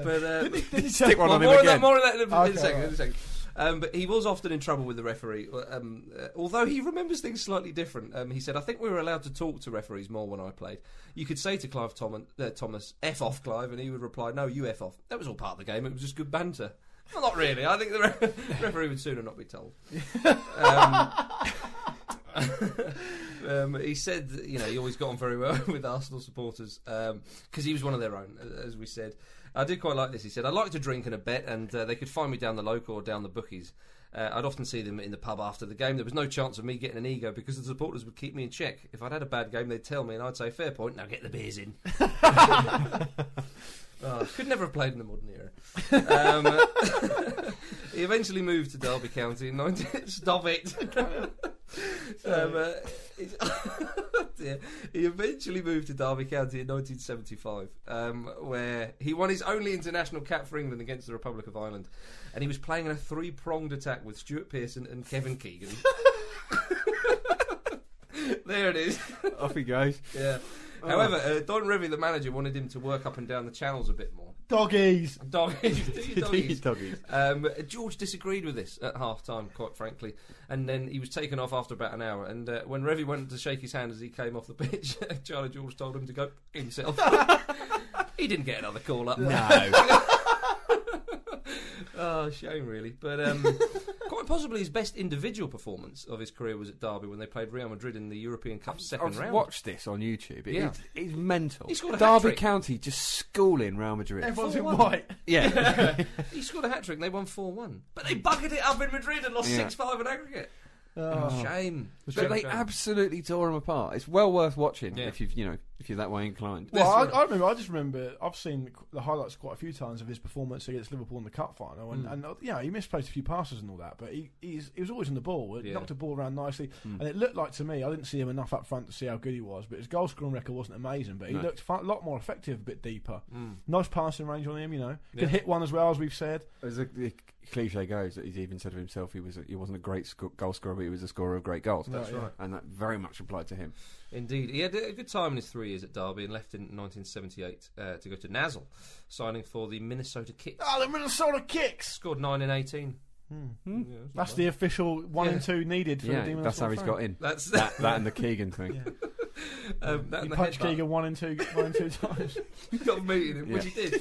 [SPEAKER 1] But uh,
[SPEAKER 2] Did he
[SPEAKER 3] Stick
[SPEAKER 2] say-
[SPEAKER 3] one on
[SPEAKER 1] Well, more
[SPEAKER 3] him
[SPEAKER 1] of that,
[SPEAKER 3] again.
[SPEAKER 1] more of that in a, in a
[SPEAKER 2] Okay,
[SPEAKER 1] second. In a
[SPEAKER 2] right.
[SPEAKER 1] second. Um, but he was often in trouble with the referee, um, uh, although he remembers things slightly different. Um, he said, "I think we were allowed to talk to referees more when I played. You could say to Clive Tom- uh, Thomas, "F off, Clive," and he would reply, "No, you f off." That was all part of the game. It was just good banter. Well, not really. I think the re- referee would sooner not be told. Um, um, he said, that, you know, he always got on very well with Arsenal supporters because he was one of their own, as we said. I did quite like this. He said, I like to drink and a bet, and uh, they could find me down the local or down the bookies. Uh, I'd often see them in the pub after the game. There was no chance of me getting an ego because the supporters would keep me in check. If I'd had a bad game, they'd tell me, and I'd say, fair point, now get the beers in. Oh, could never have played in the modern era. Um, he eventually moved to Derby County in 19... Stop it! um, uh, it- oh, dear. He eventually moved to Derby County in 1975, um, where he won his only international cap for England against the Republic of Ireland. And he was playing in a three pronged attack with Stuart Pearson and Kevin Keegan. there it is.
[SPEAKER 3] Off he goes.
[SPEAKER 1] Yeah.
[SPEAKER 3] Oh.
[SPEAKER 1] However, uh, Don Revy, the manager, wanted him to work up and down the channels a bit more.
[SPEAKER 2] Doggies.
[SPEAKER 1] Doggies, do your doggies.
[SPEAKER 3] Doggies.
[SPEAKER 1] Um, George disagreed with this at half time, quite frankly, and then he was taken off after about an hour. And uh, when Revy went to shake his hand as he came off the pitch, Charlie George told him to go himself. he didn't get another call up.
[SPEAKER 3] No.
[SPEAKER 1] Oh, shame, really. But um, quite possibly his best individual performance of his career was at Derby when they played Real Madrid in the European Cup second
[SPEAKER 3] I've
[SPEAKER 1] round.
[SPEAKER 3] watched this on YouTube. It-
[SPEAKER 1] Yeah.
[SPEAKER 3] it's, it's mental.
[SPEAKER 1] He scored a
[SPEAKER 3] Derby
[SPEAKER 1] hat-trick.
[SPEAKER 3] County just schooling Real Madrid.
[SPEAKER 2] Everyone's in
[SPEAKER 1] Full
[SPEAKER 2] white.
[SPEAKER 3] Yeah.
[SPEAKER 1] He scored a hat trick and they won 4 1. But they buggered it up in Madrid and lost
[SPEAKER 3] Yeah.
[SPEAKER 1] 6 5 in aggregate.
[SPEAKER 2] Oh,
[SPEAKER 1] Oh, Shame.
[SPEAKER 3] But they
[SPEAKER 1] Shame.
[SPEAKER 3] absolutely tore him apart. It's well worth watching
[SPEAKER 1] Yeah.
[SPEAKER 3] if you have you know if you're that way inclined.
[SPEAKER 2] Well, I,
[SPEAKER 1] That's
[SPEAKER 2] I remember. I just remember. I've seen the highlights quite a few times of his performance against Liverpool in the cup final, and, and uh, you know, he misplaced a few passes and all that, but he he's, he was always on the ball. He
[SPEAKER 1] Yeah.
[SPEAKER 2] knocked the ball around nicely, and it looked like to me. I didn't see him enough up front to see how good he was, but his goal scoring record wasn't amazing. But he
[SPEAKER 3] No.
[SPEAKER 2] looked a lot more effective, a bit deeper.
[SPEAKER 1] Mm.
[SPEAKER 2] Nice passing range on him. You know, could
[SPEAKER 1] Yeah.
[SPEAKER 2] hit one as well as we've said.
[SPEAKER 3] As the, the cliche goes, that he's even said of himself, he was a, he wasn't a great sco- goal scorer, but he was a scorer of great goals.
[SPEAKER 2] That's Right, right.
[SPEAKER 3] and that very much applied to him.
[SPEAKER 1] Indeed, he had a good time in his three years at Derby and left in 1978 uh, to go to Nassau, signing for the Minnesota Kicks.
[SPEAKER 2] Ah, the Minnesota kicks.
[SPEAKER 1] Scored nine in 18. Yeah,
[SPEAKER 2] That's the official one
[SPEAKER 1] Yeah.
[SPEAKER 2] and two needed for the
[SPEAKER 3] yeah,
[SPEAKER 2] Demon.
[SPEAKER 3] that's how he's got in.
[SPEAKER 1] that's
[SPEAKER 3] That, that and the Keegan thing.
[SPEAKER 1] um, that
[SPEAKER 2] He
[SPEAKER 1] and the
[SPEAKER 2] punched
[SPEAKER 1] headbutt.
[SPEAKER 2] Keegan one and two, one and two times.
[SPEAKER 1] got meeting him, which he did.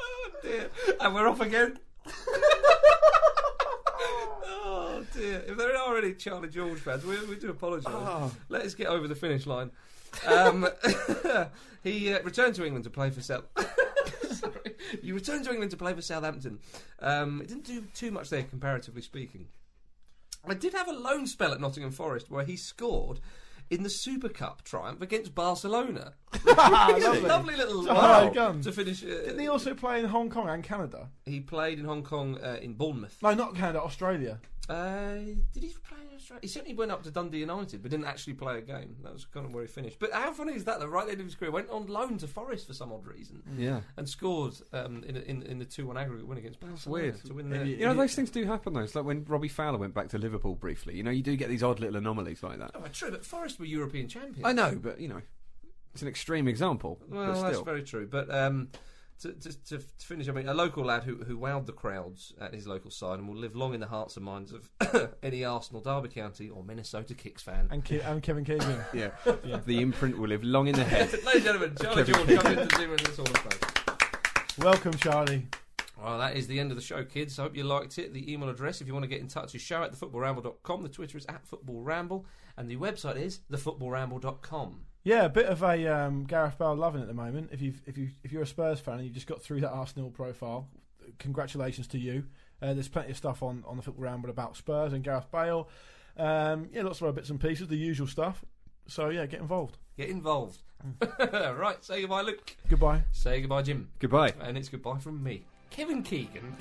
[SPEAKER 1] oh dear. And we're off again. oh dear. If there are any Charlie George fans, we, we do apologise.
[SPEAKER 2] Ah.
[SPEAKER 1] Let us get over the finish line. Um, he uh, returned to England to play for South. Sorry. You returned to England to play for Southampton. Um, it didn't do too much there, comparatively speaking. I did have a loan spell at Nottingham Forest where he scored in the Super Cup triumph against Barcelona. lovely. little
[SPEAKER 2] a high
[SPEAKER 1] wow,
[SPEAKER 2] gun.
[SPEAKER 1] to finish. Uh,
[SPEAKER 2] Didn't he also play in Hong Kong and Canada?
[SPEAKER 1] he played in Hong Kong uh, in Bournemouth.
[SPEAKER 2] No, not Canada, Australia.
[SPEAKER 1] Uh, did he play in Australia? He certainly went up to Dundee United, but didn't actually play a game. That was kind of where he finished. But how funny is that? The right at the end of his career went on loan to Forest for some odd reason
[SPEAKER 3] Yeah.
[SPEAKER 1] and scored um, in, a, in in the two one aggregate win against Barcelona
[SPEAKER 3] weird.
[SPEAKER 1] to win the.
[SPEAKER 2] Maybe-
[SPEAKER 3] You know, those things do happen, though. It's like when Robbie Fowler went back to Liverpool briefly. You know, you do get these odd little anomalies like that.
[SPEAKER 1] Oh, true, but Forest were European champions.
[SPEAKER 3] I know, but, you know, it's an extreme example.
[SPEAKER 1] Well,
[SPEAKER 3] but still.
[SPEAKER 1] that's very true. But um, to, to, to to finish, I mean, a local lad who, who wowed the crowds at his local side and will live long in the hearts and minds of any Arsenal, Derby County, or Minnesota Kicks fan.
[SPEAKER 2] And, Ke- and Kevin Keegan.
[SPEAKER 3] Yeah. The imprint will live long in the head.
[SPEAKER 1] Ladies and gentlemen, Charlie
[SPEAKER 3] Kevin
[SPEAKER 1] Jordan comes in to do this all the time.
[SPEAKER 2] Welcome, Charlie.
[SPEAKER 1] Well, that is the end of the show, kids. I hope you liked it. The email address, if you want to get in touch, is show at thefootballramble.com. The Twitter is at footballramble. And the website is thefootballramble.com.
[SPEAKER 2] Yeah, a bit of a um, Gareth Bale loving at the moment. If you if you if you're a Spurs fan and you just got through that Arsenal profile, congratulations to you. Uh, there's plenty of stuff on on the football ramble about Spurs and Gareth Bale. Um, yeah, lots of other bits and pieces, the usual stuff. So yeah, get involved.
[SPEAKER 1] Get involved. right, say goodbye, Luke.
[SPEAKER 2] Goodbye.
[SPEAKER 1] Say goodbye, Jim.
[SPEAKER 3] Goodbye.
[SPEAKER 1] And it's goodbye from me, Kevin Keegan.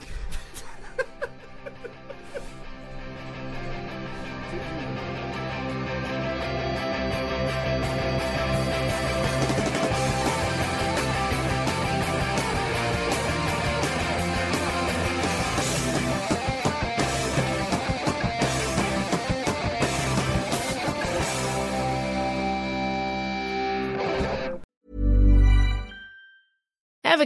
[SPEAKER 4] Ever